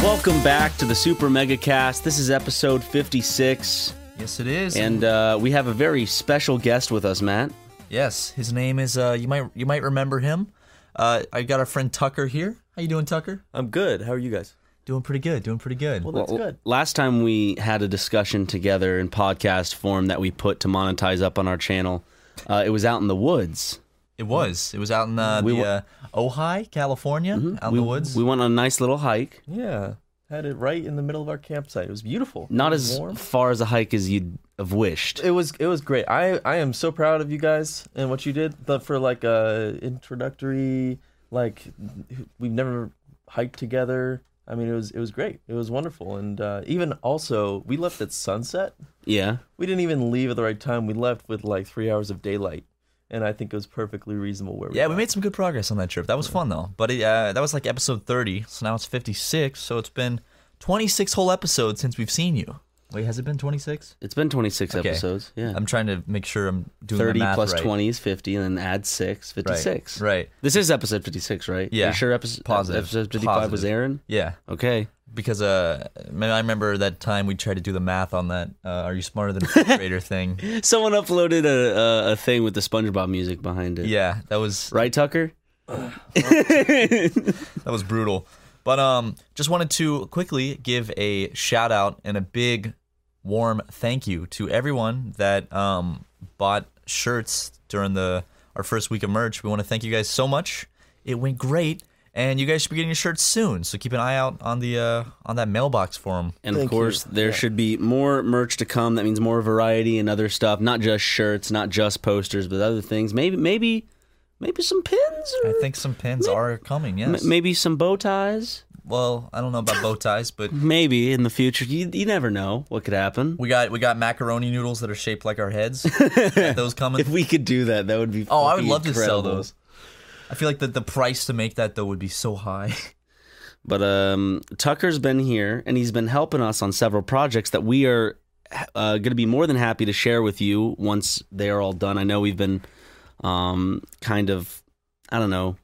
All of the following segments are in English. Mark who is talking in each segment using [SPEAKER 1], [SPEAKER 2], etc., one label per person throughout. [SPEAKER 1] Welcome back to the Super Mega Cast. This is episode 56,
[SPEAKER 2] Yes, it is.
[SPEAKER 1] and uh, we have a very special guest with us, Matt.
[SPEAKER 2] yes, his name is. Uh, you might you might remember him. Uh, I got our friend Tucker here. How you doing, Tucker? Uh,
[SPEAKER 3] I'm good. How are you guys?
[SPEAKER 2] Doing pretty good. Doing pretty good.
[SPEAKER 3] Well, that's
[SPEAKER 1] Well,
[SPEAKER 3] good.
[SPEAKER 1] Last time we had a discussion together in podcast form that we put to monetize up on our channel, uh, it was out in the woods.
[SPEAKER 2] it was. It was out in uh,
[SPEAKER 1] We
[SPEAKER 2] the
[SPEAKER 1] wa-
[SPEAKER 2] uh, Ojai, California, out in
[SPEAKER 1] we,
[SPEAKER 2] the woods.
[SPEAKER 1] We went on a nice little hike.
[SPEAKER 3] Yeah, had it right in the middle of our campsite. It was beautiful.
[SPEAKER 1] Not
[SPEAKER 3] It was
[SPEAKER 1] as
[SPEAKER 3] warm.
[SPEAKER 1] far as a hike as you'd have wished.
[SPEAKER 3] It was. It was great. I I am so proud of you guys and what you did. The, for like a introductory, like we've never hiked together. I mean, it was it was great. It was wonderful. And uh, even also, we left at sunset.
[SPEAKER 1] Yeah.
[SPEAKER 3] We didn't even leave at the right time. We left with like three hours of daylight, and I think it was perfectly reasonable where we.
[SPEAKER 2] yeah, we made some good progress on that trip. That was fun though. But it, uh, that was like episode thirty. So now it's fifty six. So it's been twenty six whole episodes since we've seen you. Wait, has it been twenty six?
[SPEAKER 1] It's been 26
[SPEAKER 2] Okay.
[SPEAKER 1] episodes. Yeah.
[SPEAKER 2] I'm trying to make sure I'm doing the
[SPEAKER 1] 30
[SPEAKER 2] math
[SPEAKER 1] plus
[SPEAKER 2] right.
[SPEAKER 1] 20 is 50, and then add 6, 56.
[SPEAKER 2] Right.
[SPEAKER 1] This is episode 56, right?
[SPEAKER 2] Yeah.
[SPEAKER 1] You sure episode,
[SPEAKER 2] Positive.
[SPEAKER 1] episode 55 was
[SPEAKER 2] Positive.
[SPEAKER 1] Aaron?
[SPEAKER 2] Yeah.
[SPEAKER 1] Okay.
[SPEAKER 2] because uh, man, I remember that time we tried to do the math on that. Uh, are you smarter than a fifth grader thing?
[SPEAKER 1] Someone uploaded a, a, a thing with the SpongeBob music behind it.
[SPEAKER 2] Yeah, that was
[SPEAKER 1] Right, Tucker?
[SPEAKER 2] that was brutal. But um, just wanted to quickly give a shout out and a big warm thank you to everyone that um bought shirts during the our first week of merch. We want to thank you guys so much. It went great, and you guys should be getting your shirts soon. So keep an eye out on the uh on that mailbox for them.
[SPEAKER 1] And of
[SPEAKER 3] Thank you.
[SPEAKER 1] course, there should be more merch to come. That means more variety and other stuff, not just shirts, not just posters, but other things. Maybe, maybe, maybe some pins, or
[SPEAKER 2] I think some pins are coming. Yes.
[SPEAKER 1] m- maybe some bow ties.
[SPEAKER 2] Well, I don't know about bow ties, but
[SPEAKER 1] Maybe in the future, you, you never know what could happen.
[SPEAKER 2] We got we got macaroni noodles that are shaped like our heads. Got those coming.
[SPEAKER 1] If we could do that, that would be.
[SPEAKER 2] oh, I would
[SPEAKER 1] fucking
[SPEAKER 2] love to sell
[SPEAKER 1] incredible.
[SPEAKER 2] those. I feel like the, the price to make that though would be so high.
[SPEAKER 1] But um, Tucker's been here and he's been helping us on several projects that we are uh, going to be more than happy to share with you once they are all done. I know we've been um, kind of, I don't know,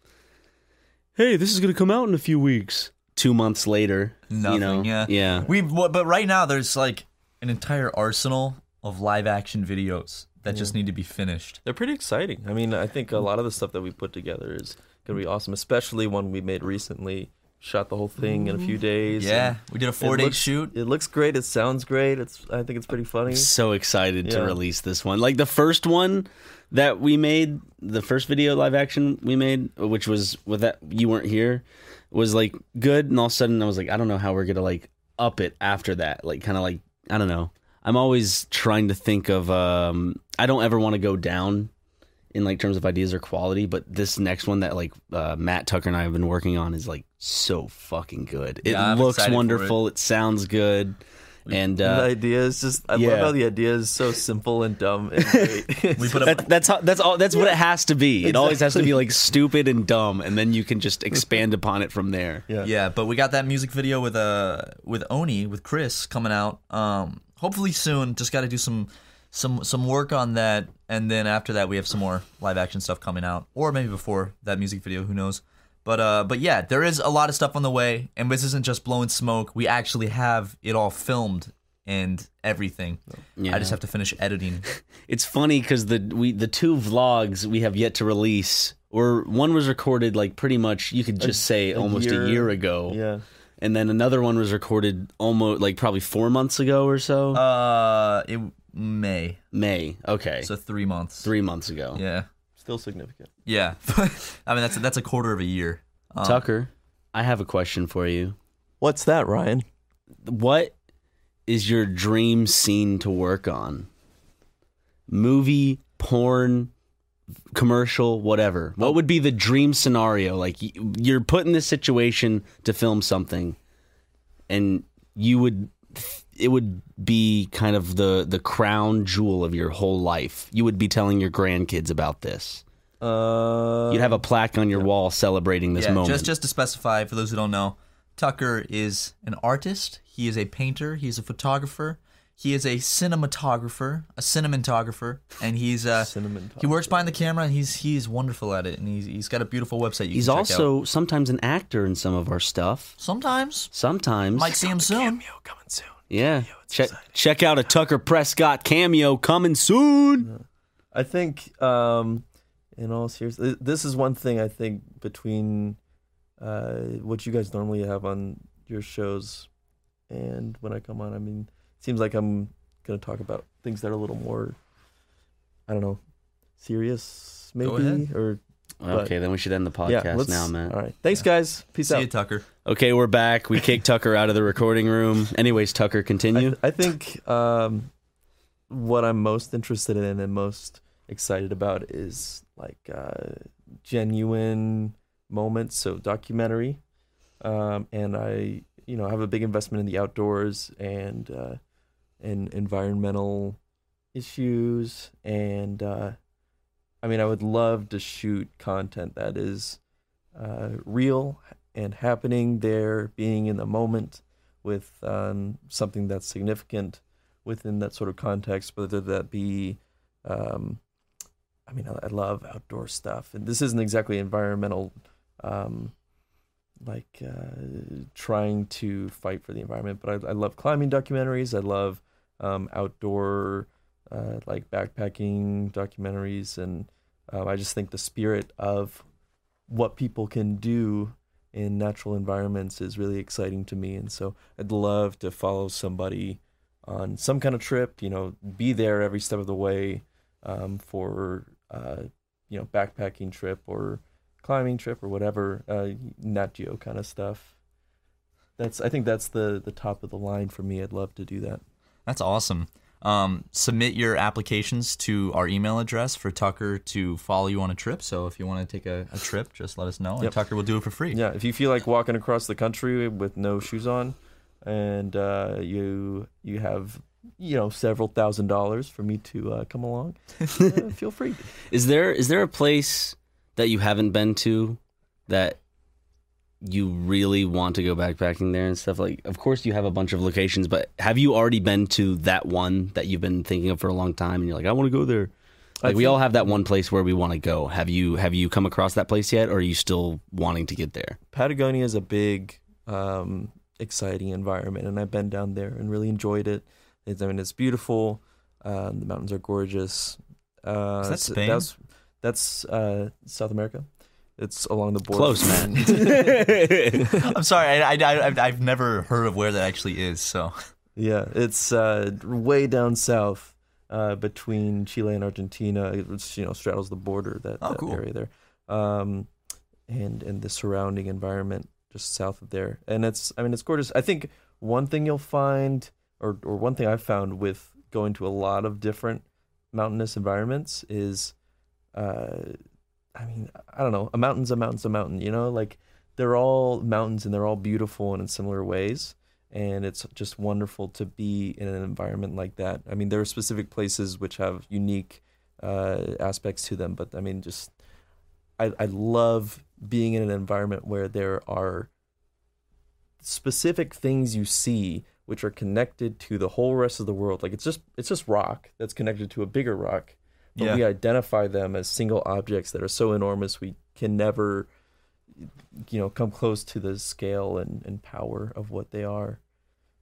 [SPEAKER 1] hey, this is going to come out in a few weeks. Two months later, you
[SPEAKER 2] Nothing,
[SPEAKER 1] know,
[SPEAKER 2] yeah.
[SPEAKER 1] yeah.
[SPEAKER 2] We wha- but right now there's like an entire arsenal of live action videos that just
[SPEAKER 1] Mm.
[SPEAKER 2] need to be finished.
[SPEAKER 3] They're pretty exciting. I mean, I think a lot of the stuff that we put together is gonna be awesome, especially one we made recently. Shot the whole thing in a few days.
[SPEAKER 2] Yeah,
[SPEAKER 3] and
[SPEAKER 2] we did a
[SPEAKER 3] it
[SPEAKER 2] four day
[SPEAKER 3] looks-
[SPEAKER 2] shoot.
[SPEAKER 3] It looks great. It sounds great. It's. I think it's pretty funny.
[SPEAKER 1] So excited to
[SPEAKER 3] Yeah.
[SPEAKER 1] release this one. Like the first one that we made, the first video live action we made, which was with that you weren't here, was like good. And all of a sudden, I was like, I don't know how we're gonna like up it after that. Like kind of like I don't know. I'm always trying to think of. um I don't ever want to go down in like terms of ideas or quality, but this next one that like uh, Matt Tucker and I have been working on is like so fucking good. It
[SPEAKER 2] Yeah, I'm
[SPEAKER 1] looks
[SPEAKER 2] excited for it.
[SPEAKER 1] wonderful. It. sounds good. And
[SPEAKER 3] the
[SPEAKER 1] uh,
[SPEAKER 3] idea is just. I
[SPEAKER 1] yeah.
[SPEAKER 3] love how the idea is so simple and dumb and great.
[SPEAKER 2] We put up
[SPEAKER 1] That, that's how, that's all. That's what it has to be. It always has to be like stupid and dumb, and then you can just expand upon it from there.
[SPEAKER 3] Yeah.
[SPEAKER 2] Yeah, but we got that music video with uh with Oni with Chris coming out. Um, hopefully soon. Just got to do some some some work on that, and then after that we have some more live action stuff coming out, or maybe before that music video. Who knows? But uh, but yeah, there is a lot of stuff on the way, and this isn't just blowing smoke. We actually have it all filmed and everything. I just have to finish editing.
[SPEAKER 1] It's funny because the we the two vlogs we have yet to release, or one was recorded like pretty much you could just say almost
[SPEAKER 3] year.
[SPEAKER 1] a year ago,
[SPEAKER 3] Yeah.
[SPEAKER 1] and then another one was recorded almost like probably four months ago or so.
[SPEAKER 2] Uh, it May,
[SPEAKER 1] May okay,
[SPEAKER 2] so three months.
[SPEAKER 1] three months ago.
[SPEAKER 2] Yeah,
[SPEAKER 3] Still significant.
[SPEAKER 2] yeah. I mean that's a, that's a quarter of a year. Um,
[SPEAKER 1] Tucker, I have a question for you.
[SPEAKER 3] What's that, Ryan?
[SPEAKER 1] what is your dream scene to work on? Movie, porn, commercial, whatever. What would be the dream scenario? Like y- you're put in this situation to film something, and you would it would be kind of the the crown jewel of your whole life. You would be telling your grandkids about this.
[SPEAKER 3] Uh.
[SPEAKER 1] You'd have a plaque on your wall celebrating this
[SPEAKER 2] yeah,
[SPEAKER 1] moment.
[SPEAKER 2] Just just to specify for those who don't know, Tucker is an artist. He is a painter. He is a photographer. He is a cinematographer, a cinematographer, and he's uh,
[SPEAKER 3] Cinnamon.
[SPEAKER 2] he works behind the camera, and he's he's wonderful at it, and he's he's got a beautiful website. You
[SPEAKER 1] He's
[SPEAKER 2] can check out.
[SPEAKER 1] also sometimes an actor in some of our stuff.
[SPEAKER 2] sometimes
[SPEAKER 1] Sometimes,
[SPEAKER 2] might see him soon.
[SPEAKER 3] Cameo coming soon.
[SPEAKER 1] yeah. Check check out a Tucker Prescott cameo coming soon.
[SPEAKER 3] I think, um, in all seriousness, this is one thing I think between uh, what you guys normally have on your shows and when I come on. I mean, it seems like I'm going to talk about things that are a little more, I don't know, serious
[SPEAKER 2] Go
[SPEAKER 3] maybe or
[SPEAKER 1] Okay, then we should end the
[SPEAKER 3] yeah.
[SPEAKER 1] podcast
[SPEAKER 3] let's,
[SPEAKER 1] now, man.
[SPEAKER 3] All right, thanks guys. Peace
[SPEAKER 2] See
[SPEAKER 3] out.
[SPEAKER 2] you, Tucker.
[SPEAKER 1] Okay, we're back. We kicked Tucker out of the recording room. Anyways, Tucker,
[SPEAKER 3] I,
[SPEAKER 1] continue.
[SPEAKER 3] th- I think um, what I'm most interested in and most excited about is like uh, genuine moments, so documentary. Um, and I, you know, have a big investment in the outdoors and uh, and environmental issues. And uh, I mean, I would love to shoot content that is uh, real and happening there, being in the moment with um, something that's significant within that sort of context, whether that be, um, I mean, I, I love outdoor stuff, and this isn't exactly environmental, um, like uh, trying to fight for the environment, but I, I love climbing documentaries. I love um, outdoor, uh, like backpacking documentaries, and um, I just think the spirit of what people can do in natural environments is really exciting to me. And so I'd love to follow somebody on some kind of trip, you know, be there every step of the way um, for, uh, you know, backpacking trip or climbing trip or whatever, uh, Nat Geo kind of stuff. That's, I think that's the, the top of the line for me. I'd love to do that.
[SPEAKER 2] That's awesome. Um, submit your applications to our email address for Tucker to follow you on a trip. So if you want to take a, a trip, just let us know, and
[SPEAKER 3] Yep.
[SPEAKER 2] Tucker will do it for free.
[SPEAKER 3] Yeah, if you feel like walking across the country with no shoes on, and uh, you you have you know several thousand dollars for me to uh, come along, uh, feel free.
[SPEAKER 1] Is there is there a place that you haven't been to that you really want to go backpacking there and stuff? Like, of course you have a bunch of locations, but have you already been to that one that you've been thinking of for a long time? And you're like, I want to go there.
[SPEAKER 3] I
[SPEAKER 1] Like we
[SPEAKER 3] think-
[SPEAKER 1] all have that one place where we want to go. Have you have you come across that place yet, or are you still wanting to get there?
[SPEAKER 3] Patagonia is a big, um, exciting environment, and I've been down there and really enjoyed it. It's, I mean, it's beautiful. Um, the mountains are gorgeous. Uh,
[SPEAKER 2] Is that
[SPEAKER 3] so
[SPEAKER 2] Spain?
[SPEAKER 3] That's, that's uh, South America. It's along the border.
[SPEAKER 1] Close, man.
[SPEAKER 2] I'm sorry, I, I, I, I've- I've never heard of where that actually is. So
[SPEAKER 3] Yeah, it's uh, way down south uh, between Chile and Argentina. It's you know straddles the border that,
[SPEAKER 2] Oh,
[SPEAKER 3] that
[SPEAKER 2] cool.
[SPEAKER 3] area there, um, and and the surrounding environment just south of there. And it's I mean it's gorgeous. I think one thing you'll find, or or one thing I've found with going to a lot of different mountainous environments is, uh, I mean I don't know, a mountain's a mountain's a mountain. You know, like they're all mountains and they're all beautiful and in similar ways and it's just wonderful to be in an environment like that. I mean, there are specific places which have unique uh, aspects to them, but I mean, just I, I love being in an environment where there are specific things you see which are connected to the whole rest of the world. Like it's just it's just rock that's connected to a bigger rock, but
[SPEAKER 2] Yeah.
[SPEAKER 3] we identify them as single objects that are so enormous we can never you know come close to the scale and, and power of what they are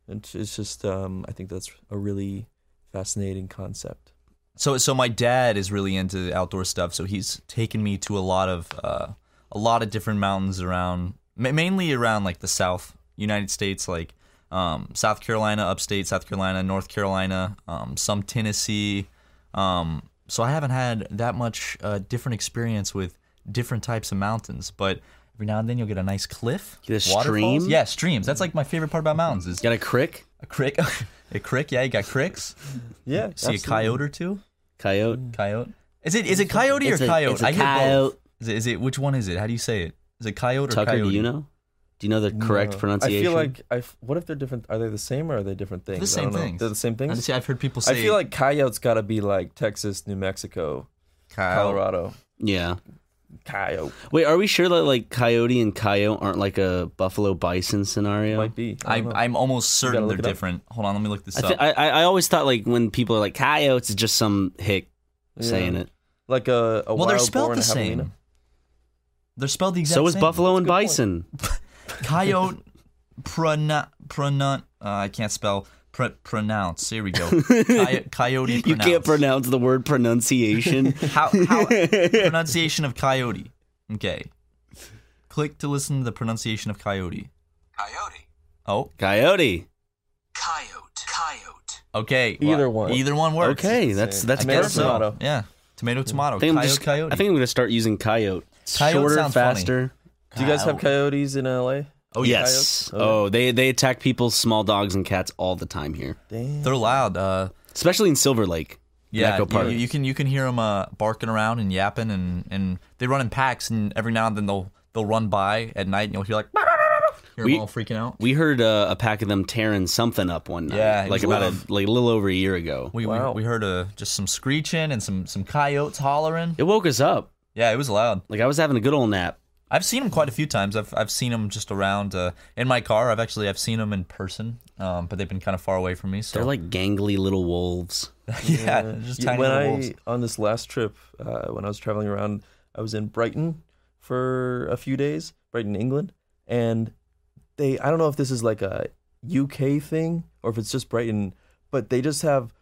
[SPEAKER 3] and it's- it's just um, i think that's a really fascinating concept
[SPEAKER 2] So so my dad is really into outdoor stuff. So he's taken me to a lot of uh, a lot of different mountains around, ma- mainly around like the South United States, like um, South Carolina, upstate South Carolina, North Carolina, um, some Tennessee. Um, so I haven't had that much uh, different experience with different types of mountains, but. Every now and then you'll get a nice cliff,
[SPEAKER 1] Get a stream?
[SPEAKER 2] waterfalls. Yeah, streams. That's like my favorite part about mountains is
[SPEAKER 1] Got a crick,
[SPEAKER 2] a crick, a crick. Yeah, you got cricks.
[SPEAKER 3] yeah
[SPEAKER 2] See a coyote or two.
[SPEAKER 1] coyote.
[SPEAKER 2] Coyote. Is it is it coyote
[SPEAKER 1] It's
[SPEAKER 2] or
[SPEAKER 1] a-
[SPEAKER 2] coyote?
[SPEAKER 1] it's a
[SPEAKER 2] I hear both.
[SPEAKER 1] coyote.
[SPEAKER 2] Is it, is it which one is it? How do you say it? Is it coyote or
[SPEAKER 1] Tucker,
[SPEAKER 2] coyote?
[SPEAKER 1] do you know? Do you know the correct pronunciation?
[SPEAKER 3] Uh-huh. i feel like i f- what if they're different are they the same or are they different things
[SPEAKER 2] the
[SPEAKER 3] I
[SPEAKER 2] same
[SPEAKER 3] don't know.
[SPEAKER 2] things.
[SPEAKER 3] they're the same
[SPEAKER 2] I
[SPEAKER 3] things
[SPEAKER 2] see, I've heard people say.
[SPEAKER 3] i feel like coyote's got to be like texas new mexico
[SPEAKER 2] coyote.
[SPEAKER 3] colorado
[SPEAKER 1] yeah.
[SPEAKER 3] coyote
[SPEAKER 1] Wait, are we sure that like coyote and coyote aren't like a buffalo bison scenario?
[SPEAKER 3] might be.
[SPEAKER 2] I,
[SPEAKER 3] don't know.
[SPEAKER 2] I'm almost certain they're
[SPEAKER 3] look it up.
[SPEAKER 2] different. Hold on, let me look this
[SPEAKER 1] I,
[SPEAKER 2] up.
[SPEAKER 1] th- I I I always thought like when people are like coyotes, it's just some hick
[SPEAKER 3] Yeah.
[SPEAKER 1] saying it.
[SPEAKER 3] like a, a
[SPEAKER 2] well, they're
[SPEAKER 3] wild boar
[SPEAKER 2] spelled
[SPEAKER 3] and
[SPEAKER 2] the
[SPEAKER 3] a javelina.
[SPEAKER 2] same. They're spelled the exact
[SPEAKER 1] so is
[SPEAKER 2] same.
[SPEAKER 1] buffalo and
[SPEAKER 3] That's a good point.
[SPEAKER 1] bison.
[SPEAKER 2] Coyote prona pronoun. Uh, I can't spell pr- pronounce. Here we go. Coy- coyote. Pronounce.
[SPEAKER 1] You can't pronounce the word pronunciation.
[SPEAKER 2] how, how pronunciation of coyote. Okay. Click to listen to the pronunciation of coyote.
[SPEAKER 4] Coyote.
[SPEAKER 2] Oh,
[SPEAKER 1] coyote.
[SPEAKER 4] Coyote. Coyote.
[SPEAKER 2] okay.
[SPEAKER 3] Either
[SPEAKER 2] Well,
[SPEAKER 3] one.
[SPEAKER 2] Either one works.
[SPEAKER 1] Okay, that's
[SPEAKER 3] Same.
[SPEAKER 1] that's
[SPEAKER 3] I mean,
[SPEAKER 1] better.
[SPEAKER 3] that's not-
[SPEAKER 1] I
[SPEAKER 2] So,
[SPEAKER 3] Tomato.
[SPEAKER 2] yeah. Tomato, tomato.
[SPEAKER 1] think I'm
[SPEAKER 2] coyote,
[SPEAKER 1] just.
[SPEAKER 2] coyote.
[SPEAKER 1] I think I'm gonna start using coyote. It's
[SPEAKER 2] Coyote
[SPEAKER 1] Shorter,
[SPEAKER 2] sounds funny.
[SPEAKER 1] faster.
[SPEAKER 3] Do you guys have coyotes in LA?
[SPEAKER 2] oh, yeah.
[SPEAKER 1] Yes.
[SPEAKER 3] coyotes? Okay.
[SPEAKER 1] Oh, they they attack people, small dogs, and cats all the time here,
[SPEAKER 3] Damn.
[SPEAKER 2] They're loud. Uh,
[SPEAKER 1] especially in Silver Lake.
[SPEAKER 2] yeah,
[SPEAKER 1] Echo
[SPEAKER 2] you-
[SPEAKER 1] Park.
[SPEAKER 2] You, can you can hear them uh, barking around and yapping, and, and they run in packs, and every now and then they'll they'll run by at night, and you'll hear like hear
[SPEAKER 1] We-
[SPEAKER 2] them all freaking out.
[SPEAKER 1] We heard uh, a pack of them tearing something up one night.
[SPEAKER 2] Yeah, it
[SPEAKER 1] like
[SPEAKER 2] was
[SPEAKER 1] about
[SPEAKER 2] rough.
[SPEAKER 1] a like a little over a year ago.
[SPEAKER 2] We,
[SPEAKER 3] Wow.
[SPEAKER 2] we we heard uh, just some screeching and some some coyotes hollering.
[SPEAKER 1] It woke us up.
[SPEAKER 2] Yeah, it was loud.
[SPEAKER 1] Like I was having a good old nap.
[SPEAKER 2] I've seen him quite a few times. I've I've seen him just around uh, in my car. I've actually I've seen him in person, um, but they've been kind of far away from me. So
[SPEAKER 1] They're like gangly little wolves.
[SPEAKER 2] yeah, they're just
[SPEAKER 3] Yeah,
[SPEAKER 2] tiny
[SPEAKER 3] when
[SPEAKER 2] little
[SPEAKER 3] I
[SPEAKER 2] wolves.
[SPEAKER 3] on this last trip, uh, when I was traveling around, I was in Brighton for a few days, Brighton, England, and they I don't know if this is like a UK thing or if it's just Brighton, but they just have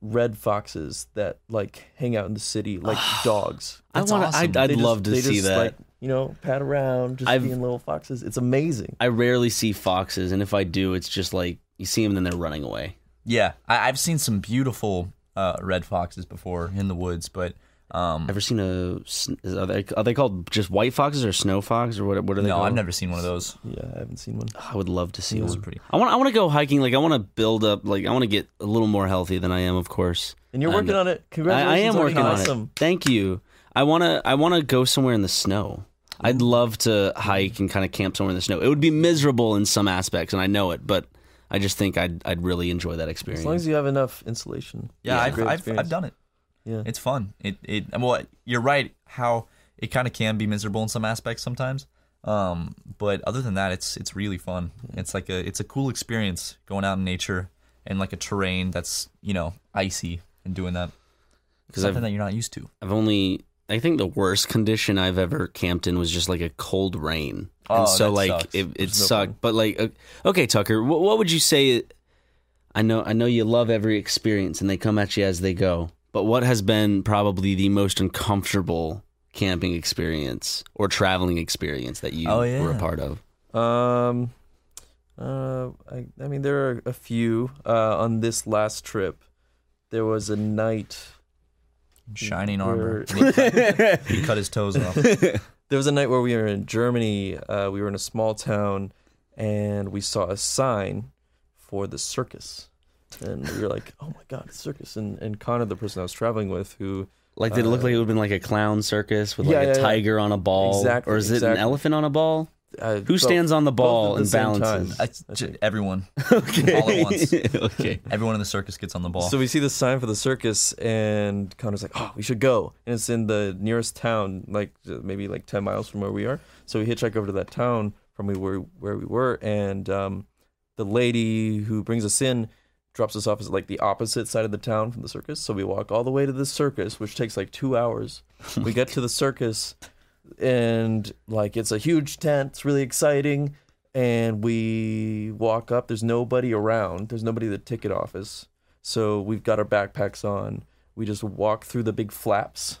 [SPEAKER 3] red foxes that like hang out in the city like dogs.
[SPEAKER 2] That's
[SPEAKER 1] I want.
[SPEAKER 2] awesome.
[SPEAKER 1] I'd, I'd
[SPEAKER 3] They just-
[SPEAKER 1] love to
[SPEAKER 3] they
[SPEAKER 1] see
[SPEAKER 3] just,
[SPEAKER 1] that.
[SPEAKER 3] Like, you know, pat around, just
[SPEAKER 1] I've-
[SPEAKER 3] being little foxes. It's amazing.
[SPEAKER 1] I rarely see foxes, and if I do, it's just like you see them, then they're running away.
[SPEAKER 2] Yeah, I, I've seen some beautiful uh, red foxes before in the woods, but um,
[SPEAKER 1] Ever seen a? sn- Is, are, they, are they called just white foxes or snow fox or what? What are they?
[SPEAKER 2] no,
[SPEAKER 1] called?
[SPEAKER 2] I've never seen one of those.
[SPEAKER 3] Yeah, I haven't seen one.
[SPEAKER 1] I would love to see
[SPEAKER 2] Those are
[SPEAKER 1] one.
[SPEAKER 2] pretty.
[SPEAKER 1] I want. I want to go hiking. Like I want to build up. Like I want to get a little more healthy than I am, of course.
[SPEAKER 3] And you're
[SPEAKER 1] I'm-
[SPEAKER 3] working on it.
[SPEAKER 1] I,
[SPEAKER 3] Congratulations.
[SPEAKER 1] I am
[SPEAKER 3] that'd be
[SPEAKER 1] working
[SPEAKER 3] awesome.
[SPEAKER 1] on it. Thank you. I wanna. I wanna go somewhere in the snow. I'd love to hike and kind of camp somewhere in the snow. It would be miserable in some aspects, and I know it, but I just think I'd I'd really enjoy that experience.
[SPEAKER 3] As long as you have enough insulation.
[SPEAKER 2] Yeah,
[SPEAKER 3] it's a
[SPEAKER 2] I've,
[SPEAKER 3] great
[SPEAKER 2] I've,
[SPEAKER 3] experience.
[SPEAKER 2] I've done it.
[SPEAKER 3] Yeah.
[SPEAKER 2] It's fun. It it well, you're right. How it kind of can be miserable in some aspects sometimes. Um, but other than that, it's it's really fun. It's like a it's a cool experience going out in nature and like a terrain that's you know icy and doing that
[SPEAKER 1] Because
[SPEAKER 2] something
[SPEAKER 1] I've
[SPEAKER 2] that you're not used to.
[SPEAKER 1] I've only I think the worst condition I've ever camped in was just like a cold rain.
[SPEAKER 2] Oh,
[SPEAKER 1] and so
[SPEAKER 2] that
[SPEAKER 1] like
[SPEAKER 2] sucks.
[SPEAKER 1] it it
[SPEAKER 3] no
[SPEAKER 1] sucked. But like o- okay, Tucker, what, what would you say I know I know you love every experience and they come at you as they go. But what has been probably the most uncomfortable camping experience or traveling experience that you
[SPEAKER 2] Oh, yeah.
[SPEAKER 1] were a part of?
[SPEAKER 3] Um, uh, I, I mean, there are a few. Uh, on this last trip, there was a night.
[SPEAKER 2] Shining armor.
[SPEAKER 3] Where-
[SPEAKER 2] And he, cut, he cut his toes off.
[SPEAKER 3] There was a night where we were in Germany. Uh, we were in a small town, and we saw a sign for the circus, and we were like, "Oh my god, circus!" And and Connor, the person I was traveling with, who
[SPEAKER 1] Like did it look
[SPEAKER 3] Uh,
[SPEAKER 1] like it would have been like a clown circus with
[SPEAKER 3] Yeah,
[SPEAKER 1] like
[SPEAKER 3] yeah,
[SPEAKER 1] a
[SPEAKER 3] yeah.
[SPEAKER 1] tiger on a ball?
[SPEAKER 3] Exactly,
[SPEAKER 1] or is it an
[SPEAKER 3] exactly.
[SPEAKER 1] elephant on a ball?
[SPEAKER 3] I
[SPEAKER 1] Who
[SPEAKER 3] uh, felt-
[SPEAKER 1] stands on the ball
[SPEAKER 3] at the
[SPEAKER 1] and
[SPEAKER 3] same time.
[SPEAKER 1] balances?
[SPEAKER 2] I, j- everyone, all at once.
[SPEAKER 1] okay.
[SPEAKER 2] Everyone in the circus gets on the ball.
[SPEAKER 3] So we see the sign for the circus, and Connor's like, "Oh, we should go." And it's in the nearest town, like uh, maybe like ten miles from where we are. So we hitchhike over to that town from we were where we were, and um, the lady who brings us in drops us off at like the opposite side of the town from the circus. So we walk all the way to the circus, which takes like two hours. we get to the circus, and like it's a huge tent. It's really exciting. And we walk up. There's nobody around. There's nobody at the ticket office. So we've got our backpacks on. We just walk through the big flaps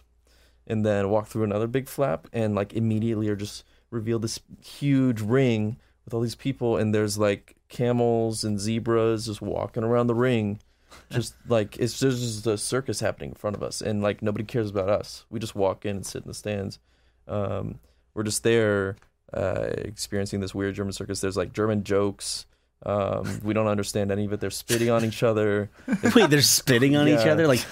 [SPEAKER 3] and then walk through another big flap and like immediately are just revealed this huge ring with all these people and there's like camels and zebras just walking around the ring. Just like it's just, just a circus happening in front of us and like nobody cares about us. We just walk in and sit in the stands. Um, we're just there uh, experiencing this weird German circus. There's like German jokes. Um, we don't understand any of it. They're spitting on each other.
[SPEAKER 1] Wait, they're spitting on each
[SPEAKER 3] Yeah.
[SPEAKER 1] other like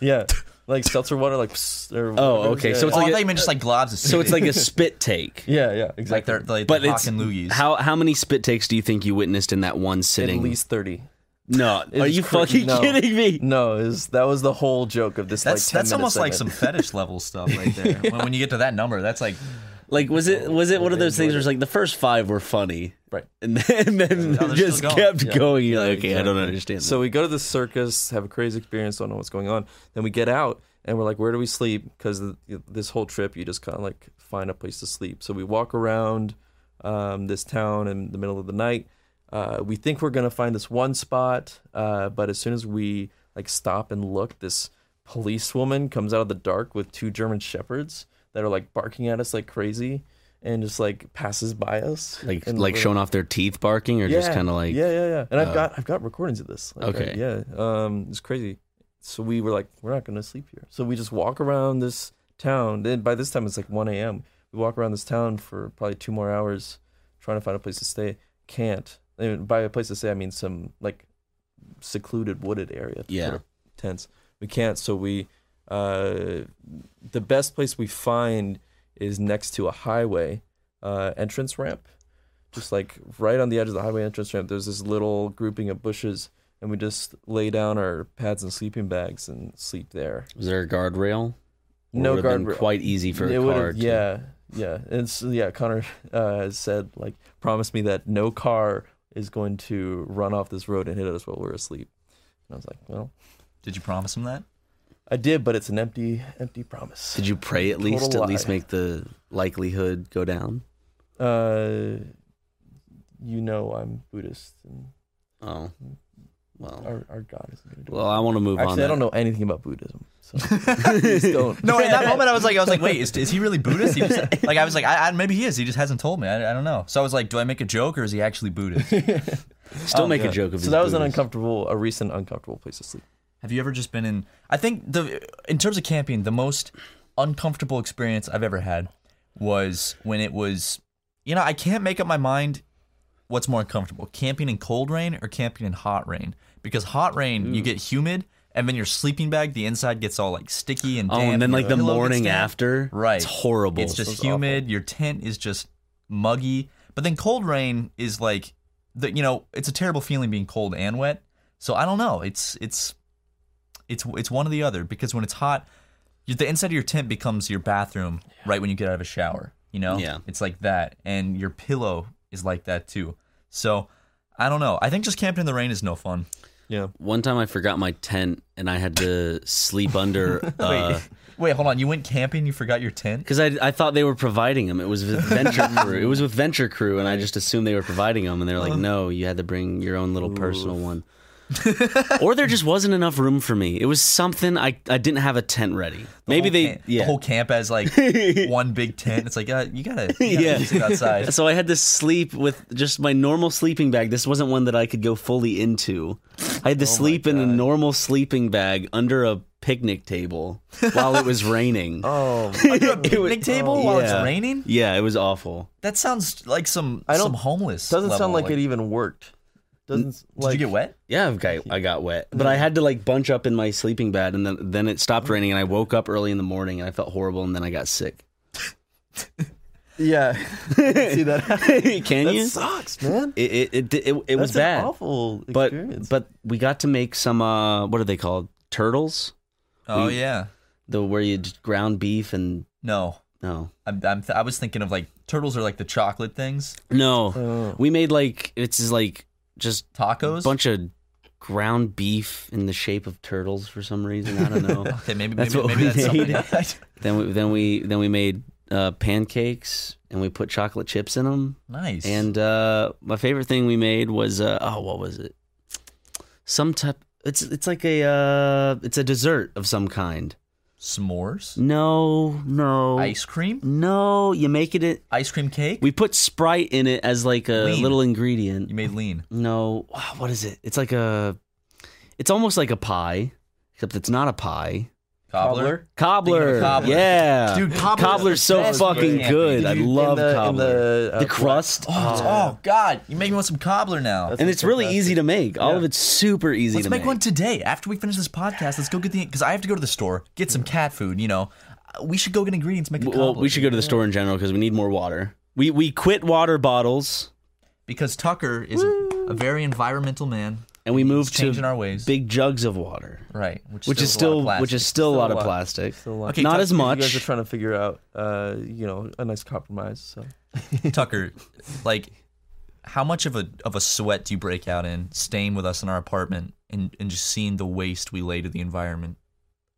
[SPEAKER 3] Yeah, like seltzer water, like. Psst, or
[SPEAKER 1] Oh,
[SPEAKER 3] whatever.
[SPEAKER 1] okay.
[SPEAKER 3] Yeah,
[SPEAKER 1] So it's
[SPEAKER 2] oh,
[SPEAKER 1] like
[SPEAKER 2] I
[SPEAKER 1] a-
[SPEAKER 2] thought you meant just like globs. Of
[SPEAKER 1] so it's like a
[SPEAKER 2] spit.
[SPEAKER 1] spit take.
[SPEAKER 3] yeah, yeah, exactly.
[SPEAKER 2] like they're like
[SPEAKER 1] But
[SPEAKER 2] they're
[SPEAKER 1] it's
[SPEAKER 2] hawking loogies.
[SPEAKER 1] how how many spit takes do you think you witnessed in that one
[SPEAKER 3] at
[SPEAKER 1] sitting?
[SPEAKER 3] least thirty.
[SPEAKER 1] No, are
[SPEAKER 3] was
[SPEAKER 1] you
[SPEAKER 3] cra-
[SPEAKER 1] fucking
[SPEAKER 3] no.
[SPEAKER 1] kidding me?
[SPEAKER 3] No, is that was the whole joke of this.
[SPEAKER 2] That's
[SPEAKER 3] like, 10
[SPEAKER 2] that's
[SPEAKER 3] minute
[SPEAKER 2] almost like some
[SPEAKER 3] segment.
[SPEAKER 2] fetish level stuff right there. when, when you get to that number, that's like
[SPEAKER 1] Like, was it was it one of
[SPEAKER 3] they
[SPEAKER 1] those things
[SPEAKER 3] enjoyed
[SPEAKER 1] where it's like the first five were funny,
[SPEAKER 3] Right.
[SPEAKER 1] And then, and then
[SPEAKER 2] now
[SPEAKER 1] it
[SPEAKER 2] they're still
[SPEAKER 1] just
[SPEAKER 2] going.
[SPEAKER 1] kept
[SPEAKER 3] Yeah.
[SPEAKER 1] going. You're like, okay, I
[SPEAKER 3] exactly.
[SPEAKER 1] don't understand.
[SPEAKER 3] So we go to the circus, have a crazy experience, don't know what's going on. Then we get out and we're like, where do we sleep? Because this whole trip, you just kind of like find a place to sleep. So we walk around um, this town in the middle of the night. Uh, we think we're gonna find this one spot, uh, but as soon as we like stop and look, this policewoman comes out of the dark with two German shepherds that are like barking at us like crazy, and just like passes by us,
[SPEAKER 1] like
[SPEAKER 3] and
[SPEAKER 1] like
[SPEAKER 3] we're
[SPEAKER 1] showing off their teeth barking or just kind of like
[SPEAKER 3] yeah, yeah, yeah. And I've
[SPEAKER 1] uh,
[SPEAKER 3] got I've got recordings of this. Like, uh,
[SPEAKER 1] Okay.
[SPEAKER 3] yeah. Um, it's crazy. So we were like, we're not gonna sleep here. So we just walk around this town. Then by this time it's like 1 a.m. We walk around this town for probably two more hours, trying to find a place to stay. Can't. And by a place to stay, I mean some like secluded wooded area. to
[SPEAKER 1] Yeah.
[SPEAKER 3] put our Tents. We can't. So we, uh, the best place we find is next to a highway uh, entrance ramp just like right on the edge of the highway entrance ramp, there's this little grouping of bushes, and we just lay down our pads and sleeping bags and sleep there.
[SPEAKER 1] Was there a guardrail? Or
[SPEAKER 3] No
[SPEAKER 1] would have been
[SPEAKER 3] guardrail.
[SPEAKER 1] Quite easy for a
[SPEAKER 3] It would've-
[SPEAKER 1] car. to-
[SPEAKER 3] yeah, yeah, and so, yeah. Connor uh, said like, promise me that no car is going to run off this road and hit us while we're asleep. And I was like, well,
[SPEAKER 2] Did you promise him that?
[SPEAKER 3] I did, but it's an empty, empty promise.
[SPEAKER 1] Did you pray at least?
[SPEAKER 3] Total
[SPEAKER 1] At least
[SPEAKER 3] lie.
[SPEAKER 1] make the likelihood go down.
[SPEAKER 3] Uh, you know, I'm Buddhist, and
[SPEAKER 1] Oh, well.
[SPEAKER 3] our, our God isn't going to do
[SPEAKER 1] Well, I want to move
[SPEAKER 3] it.
[SPEAKER 1] on.
[SPEAKER 3] Actually, I
[SPEAKER 1] then.
[SPEAKER 3] don't know anything about Buddhism, so please don't.
[SPEAKER 2] No, in that moment I was like, I was like, wait, is, is he really Buddhist? He just, like I was like, I, I, maybe he is. He just hasn't told me. I, I don't know. So I was like, do I make a joke or is he actually Buddhist?
[SPEAKER 1] Still make
[SPEAKER 3] Yeah.
[SPEAKER 1] a joke of
[SPEAKER 3] Oh, So that was an uncomfortable, a recent uncomfortable place to sleep.
[SPEAKER 2] Have you ever just been in? I think the in terms of camping, the most uncomfortable experience I've ever had was when it was. You know, I can't make up my mind what's more uncomfortable: camping in cold rain or camping in hot rain. Because hot rain, you get humid, and then your sleeping bag, the inside gets all like sticky and
[SPEAKER 1] Oh,
[SPEAKER 2] damp,
[SPEAKER 1] and then
[SPEAKER 2] your
[SPEAKER 1] like the
[SPEAKER 2] pillow gets
[SPEAKER 1] morning
[SPEAKER 2] damp.
[SPEAKER 1] after,
[SPEAKER 2] Right.
[SPEAKER 1] It's horrible.
[SPEAKER 2] It's just humid. Your tent is just muggy. But then cold rain is like the you know it's a terrible feeling being cold and wet. So I don't know. It's it's it's it's one or the other because when it's hot, you, the inside of your tent becomes your bathroom right when you get out of a shower. You know,
[SPEAKER 1] Yeah.
[SPEAKER 2] it's like that, and your pillow is like that too. So I don't know. I think just camping in the rain is no fun.
[SPEAKER 3] Yeah.
[SPEAKER 1] One time I forgot my tent and I had to sleep under because
[SPEAKER 2] Wait, hold on. You went camping, you forgot your tent.
[SPEAKER 1] I I thought they were providing them. It was with Venture Crew. It was with Venture Crew, and I just assumed they were providing them. And they're like, no, you had to bring your own little personal one. or there just wasn't enough room for me. It was something I I didn't have a tent ready. Maybe
[SPEAKER 2] whole
[SPEAKER 1] they
[SPEAKER 2] camp-
[SPEAKER 1] yeah.
[SPEAKER 2] the whole camp has like one big tent. It's like uh, you gotta, you gotta
[SPEAKER 1] Yeah.
[SPEAKER 2] sit outside.
[SPEAKER 1] So I had to sleep with just my normal sleeping bag. This wasn't one that I could go fully into. I had to
[SPEAKER 3] Oh
[SPEAKER 1] sleep in a normal sleeping bag under a picnic table while it was raining.
[SPEAKER 3] Oh,
[SPEAKER 2] Under a picnic table while it's
[SPEAKER 1] oh, yeah.
[SPEAKER 2] raining.
[SPEAKER 1] Yeah, it was awful.
[SPEAKER 2] That sounds like some
[SPEAKER 3] I don't-
[SPEAKER 2] some homeless.
[SPEAKER 3] doesn't sound
[SPEAKER 2] level,
[SPEAKER 3] like, it even worked. Doesn't
[SPEAKER 2] Did
[SPEAKER 1] e-
[SPEAKER 3] like
[SPEAKER 2] you get wet?
[SPEAKER 1] Yeah, I've got, I got wet, but I had to like bunch up in my sleeping bag, and then then it stopped raining, and I woke up early in the morning, and I felt horrible, and then I got sick.
[SPEAKER 3] Yeah, see that?
[SPEAKER 1] Can
[SPEAKER 3] that
[SPEAKER 1] you?
[SPEAKER 3] sucks, man.
[SPEAKER 1] It it it, it, it was
[SPEAKER 3] That's
[SPEAKER 1] bad,
[SPEAKER 3] an awful
[SPEAKER 1] but
[SPEAKER 3] experience.
[SPEAKER 1] but we got to make some uh what are they called turtles?
[SPEAKER 2] Oh yeah.
[SPEAKER 1] The where you just ground beef and
[SPEAKER 2] No,
[SPEAKER 1] no
[SPEAKER 2] I'm, I'm th- I was thinking of like turtles are like the chocolate things,
[SPEAKER 1] no
[SPEAKER 3] Oh.
[SPEAKER 1] we made like it's just like just a
[SPEAKER 2] tacos.
[SPEAKER 1] bunch of ground beef in the shape of turtles for some reason I don't know.
[SPEAKER 2] Okay, maybe
[SPEAKER 1] That's
[SPEAKER 2] maybe,
[SPEAKER 1] what
[SPEAKER 2] maybe
[SPEAKER 1] we
[SPEAKER 2] that's something.
[SPEAKER 1] need.
[SPEAKER 2] else.
[SPEAKER 1] then we then we then we made uh, pancakes and we put chocolate chips in them.
[SPEAKER 2] nice.
[SPEAKER 1] And uh, my favorite thing we made was uh, oh what was it? Some type. It's it's like a uh, it's a dessert of some kind.
[SPEAKER 2] s'mores,
[SPEAKER 1] No, no,
[SPEAKER 2] ice cream,
[SPEAKER 1] no. You make it. In,
[SPEAKER 2] ice cream cake.
[SPEAKER 1] we put Sprite in it as like a
[SPEAKER 2] Lean.
[SPEAKER 1] little ingredient.
[SPEAKER 2] you made lean.
[SPEAKER 1] No, ah, what is it? It's like a, it's almost like a pie, except it's not a pie.
[SPEAKER 2] Cobbler. Thinking of
[SPEAKER 1] Cobbler,
[SPEAKER 2] a cobbler.
[SPEAKER 1] yeah,
[SPEAKER 2] Dude, cobbler's
[SPEAKER 1] cobbler's
[SPEAKER 2] the
[SPEAKER 1] so
[SPEAKER 2] best
[SPEAKER 1] fucking
[SPEAKER 2] for
[SPEAKER 1] good. I
[SPEAKER 2] camping.
[SPEAKER 1] love
[SPEAKER 3] in the,
[SPEAKER 1] cobbler.
[SPEAKER 3] In the, uh,
[SPEAKER 1] the crust,
[SPEAKER 2] Oh, it's- oh, God! You make me want some cobbler now.
[SPEAKER 3] That's
[SPEAKER 1] and it's really
[SPEAKER 3] fantastic.
[SPEAKER 1] easy to make. All
[SPEAKER 3] Yeah.
[SPEAKER 1] of it's super easy
[SPEAKER 2] Let's
[SPEAKER 1] to
[SPEAKER 2] make one today. After we finish this podcast, let's go get the because I have to go to the store get some cat food. You know, Uh, we should go get ingredients. Make a
[SPEAKER 1] Well,
[SPEAKER 2] cobbler.
[SPEAKER 1] we should go to the store in general because we need more water. We we quit water bottles.
[SPEAKER 2] because Tucker is a very environmental man.
[SPEAKER 1] and we moved
[SPEAKER 2] changing
[SPEAKER 1] to
[SPEAKER 2] our ways.
[SPEAKER 1] big jugs of water,
[SPEAKER 2] right, which,
[SPEAKER 1] which is still
[SPEAKER 2] a lot of
[SPEAKER 1] which is
[SPEAKER 2] plastic.
[SPEAKER 1] still a lot
[SPEAKER 3] Still a
[SPEAKER 1] of
[SPEAKER 3] lot.
[SPEAKER 1] plastic.
[SPEAKER 3] Still a lot.
[SPEAKER 2] Okay,
[SPEAKER 1] Not
[SPEAKER 2] talk-
[SPEAKER 1] as
[SPEAKER 2] if
[SPEAKER 1] much.
[SPEAKER 3] You guys are trying to figure out, uh, you know, a nice compromise. So
[SPEAKER 2] Tucker, like, how much of a of a sweat do you break out in staying with us in our apartment and, and just seeing the waste we lay to the environment?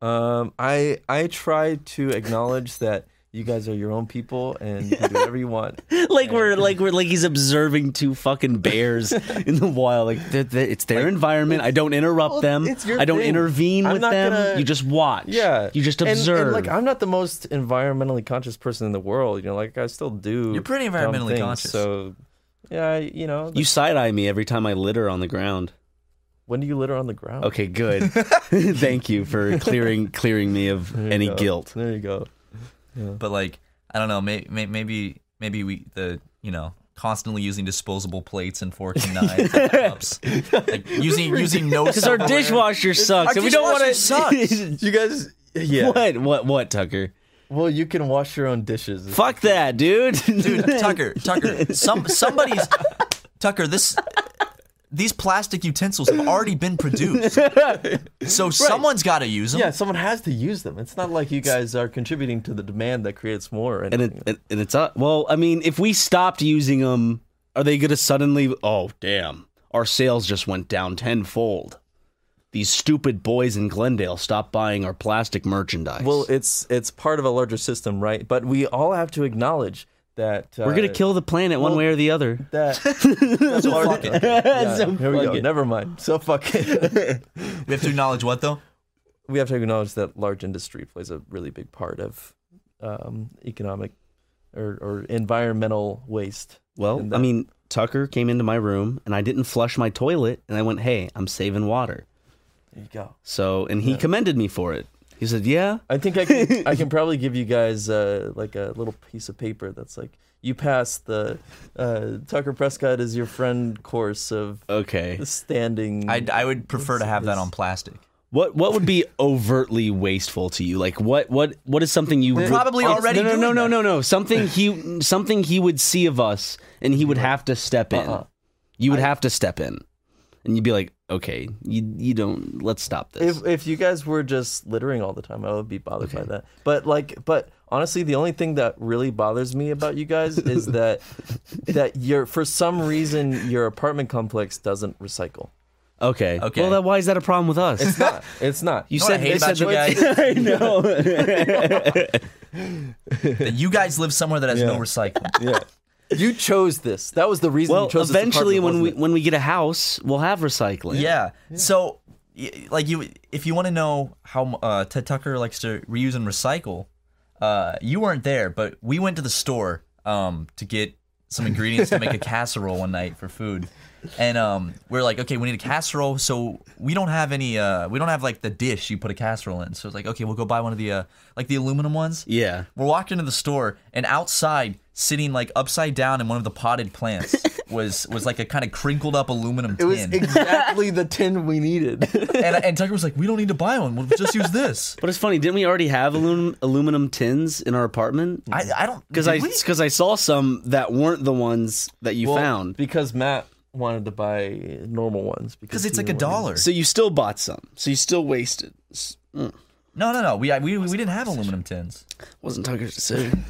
[SPEAKER 3] Um, I I try to acknowledge that you guys are your own people and you can do whatever you want.
[SPEAKER 1] like we're like we're like he's observing two fucking bears in the wild. Like they're, they're- it's their environment. I don't interrupt them.
[SPEAKER 3] it's your
[SPEAKER 1] I don't
[SPEAKER 3] thing.
[SPEAKER 1] intervene
[SPEAKER 3] I'm
[SPEAKER 1] with
[SPEAKER 3] not
[SPEAKER 1] them.
[SPEAKER 3] gonna-
[SPEAKER 1] You just watch.
[SPEAKER 3] Yeah,
[SPEAKER 1] You just
[SPEAKER 3] And- and,
[SPEAKER 1] observe.
[SPEAKER 3] like I'm not the most environmentally conscious person in the world. You know, like I still do.
[SPEAKER 2] You're pretty
[SPEAKER 3] dumb
[SPEAKER 2] environmentally
[SPEAKER 3] things,
[SPEAKER 2] conscious.
[SPEAKER 3] So yeah, I- you know.
[SPEAKER 1] you side eye me every time I litter on the ground.
[SPEAKER 3] when do you litter on the ground?
[SPEAKER 1] Okay, good. Thank you for clearing clearing me of
[SPEAKER 3] There you
[SPEAKER 1] any
[SPEAKER 3] go.
[SPEAKER 1] guilt.
[SPEAKER 3] There you go.
[SPEAKER 2] But like, I don't know, may, may, maybe maybe we the you know constantly using disposable plates and forks and knives, and cups, like using using no
[SPEAKER 1] Because our
[SPEAKER 2] silverware.
[SPEAKER 1] dishwasher sucks,
[SPEAKER 2] Our
[SPEAKER 1] and we don't want to.
[SPEAKER 2] dishwasher
[SPEAKER 3] You guys. Yeah.
[SPEAKER 1] What? What? What? Tucker?
[SPEAKER 3] Well, you can wash your own dishes.
[SPEAKER 1] Fuck that, dude.
[SPEAKER 2] dude tucker tucker some somebody's tucker this these plastic utensils have already been produced so someone's got to use them
[SPEAKER 3] Yeah, someone has to use them. It's not like you guys are contributing to the demand that creates more.
[SPEAKER 1] and it and, and it's uh, well i mean if we stopped using them are they gonna suddenly oh damn our sales just went down tenfold these stupid boys in glendale stopped buying our plastic merchandise
[SPEAKER 3] Well, it's it's part of a larger system, right? But we all have to acknowledge that uh,
[SPEAKER 1] we're gonna kill the planet one
[SPEAKER 3] well-
[SPEAKER 1] way or the other
[SPEAKER 3] that.
[SPEAKER 2] fuck it.
[SPEAKER 3] Yeah,
[SPEAKER 1] So
[SPEAKER 3] here we
[SPEAKER 1] fuck
[SPEAKER 3] go.
[SPEAKER 1] it.
[SPEAKER 3] Never mind. So fuck it.
[SPEAKER 2] we have to acknowledge what though
[SPEAKER 3] we have to acknowledge that large industry plays a really big part of um, economic or, or environmental waste.
[SPEAKER 1] well
[SPEAKER 3] And
[SPEAKER 1] i
[SPEAKER 3] that-
[SPEAKER 1] mean tucker came into my room and i didn't flush my toilet and i went hey i'm saving water
[SPEAKER 3] There you go.
[SPEAKER 1] so and he commended me for it he said yeah
[SPEAKER 3] I think I can I can probably give you guys uh, like a little piece of paper that's like you passed the uh, Tucker Prescott is your friend course of
[SPEAKER 1] okay
[SPEAKER 3] standing.
[SPEAKER 2] i, I would prefer to have that on plastic
[SPEAKER 1] What what would be overtly wasteful to you? Like what what what is something you would-
[SPEAKER 2] probably
[SPEAKER 1] It's-
[SPEAKER 2] already
[SPEAKER 1] no no no
[SPEAKER 2] doing
[SPEAKER 1] no no
[SPEAKER 2] that.
[SPEAKER 1] no something he something he would see of us and he would have to step in.
[SPEAKER 3] Uh-uh.
[SPEAKER 1] You would have to step in, and you'd be like, okay, you you don't let's stop this.
[SPEAKER 3] if if you guys were just littering all the time, I would be bothered by that. But like, but honestly, the only thing that really bothers me about you guys is that that you're for some reason your apartment complex doesn't recycle.
[SPEAKER 1] okay
[SPEAKER 2] Okay.
[SPEAKER 1] Well, then why is that a problem with us?
[SPEAKER 3] It's not. It's not.
[SPEAKER 1] you
[SPEAKER 2] know what I hate
[SPEAKER 1] they
[SPEAKER 2] about you
[SPEAKER 1] that- I know.
[SPEAKER 2] that you guys live somewhere that has no recycling
[SPEAKER 3] yeah. You chose this. That was the reason.
[SPEAKER 1] well,
[SPEAKER 3] you chose
[SPEAKER 1] eventually
[SPEAKER 3] this
[SPEAKER 1] when
[SPEAKER 3] apartment,
[SPEAKER 1] we when we get a house, we'll have recycling.
[SPEAKER 2] yeah. so y- like you if you want to know how uh, ted tucker likes to reuse and recycle uh, you weren't there but we went to the store um, to get some ingredients to make a casserole one night for food and um, we're like okay we need a casserole so we don't have any uh, we don't have like the dish you put a casserole in so it's like okay we'll go buy one of the uh, like the aluminum ones
[SPEAKER 1] yeah.
[SPEAKER 2] we're walking to the store, and outside, sitting like upside down in one of the potted plants, was was like a kind of crinkled up aluminum
[SPEAKER 3] It
[SPEAKER 2] tin.
[SPEAKER 3] was exactly the tin we needed.
[SPEAKER 2] and, and Tucker was like, "We don't need to buy one. We'll just use this."
[SPEAKER 1] But it's funny, didn't we already have aluminum aluminum tins in our apartment?
[SPEAKER 2] I, I don't
[SPEAKER 1] Because
[SPEAKER 2] did
[SPEAKER 1] I
[SPEAKER 2] we?
[SPEAKER 1] because I saw some that weren't the ones that you
[SPEAKER 3] Well,
[SPEAKER 1] found.
[SPEAKER 3] because Matt wanted to buy normal ones because
[SPEAKER 2] because it's
[SPEAKER 3] he
[SPEAKER 2] like a
[SPEAKER 3] wanted-
[SPEAKER 2] dollar.
[SPEAKER 1] So you still bought some. So you still wasted. S-
[SPEAKER 2] No, no, no. We I, we, we didn't have aluminum tins.
[SPEAKER 1] Wasn't Tucker's decision.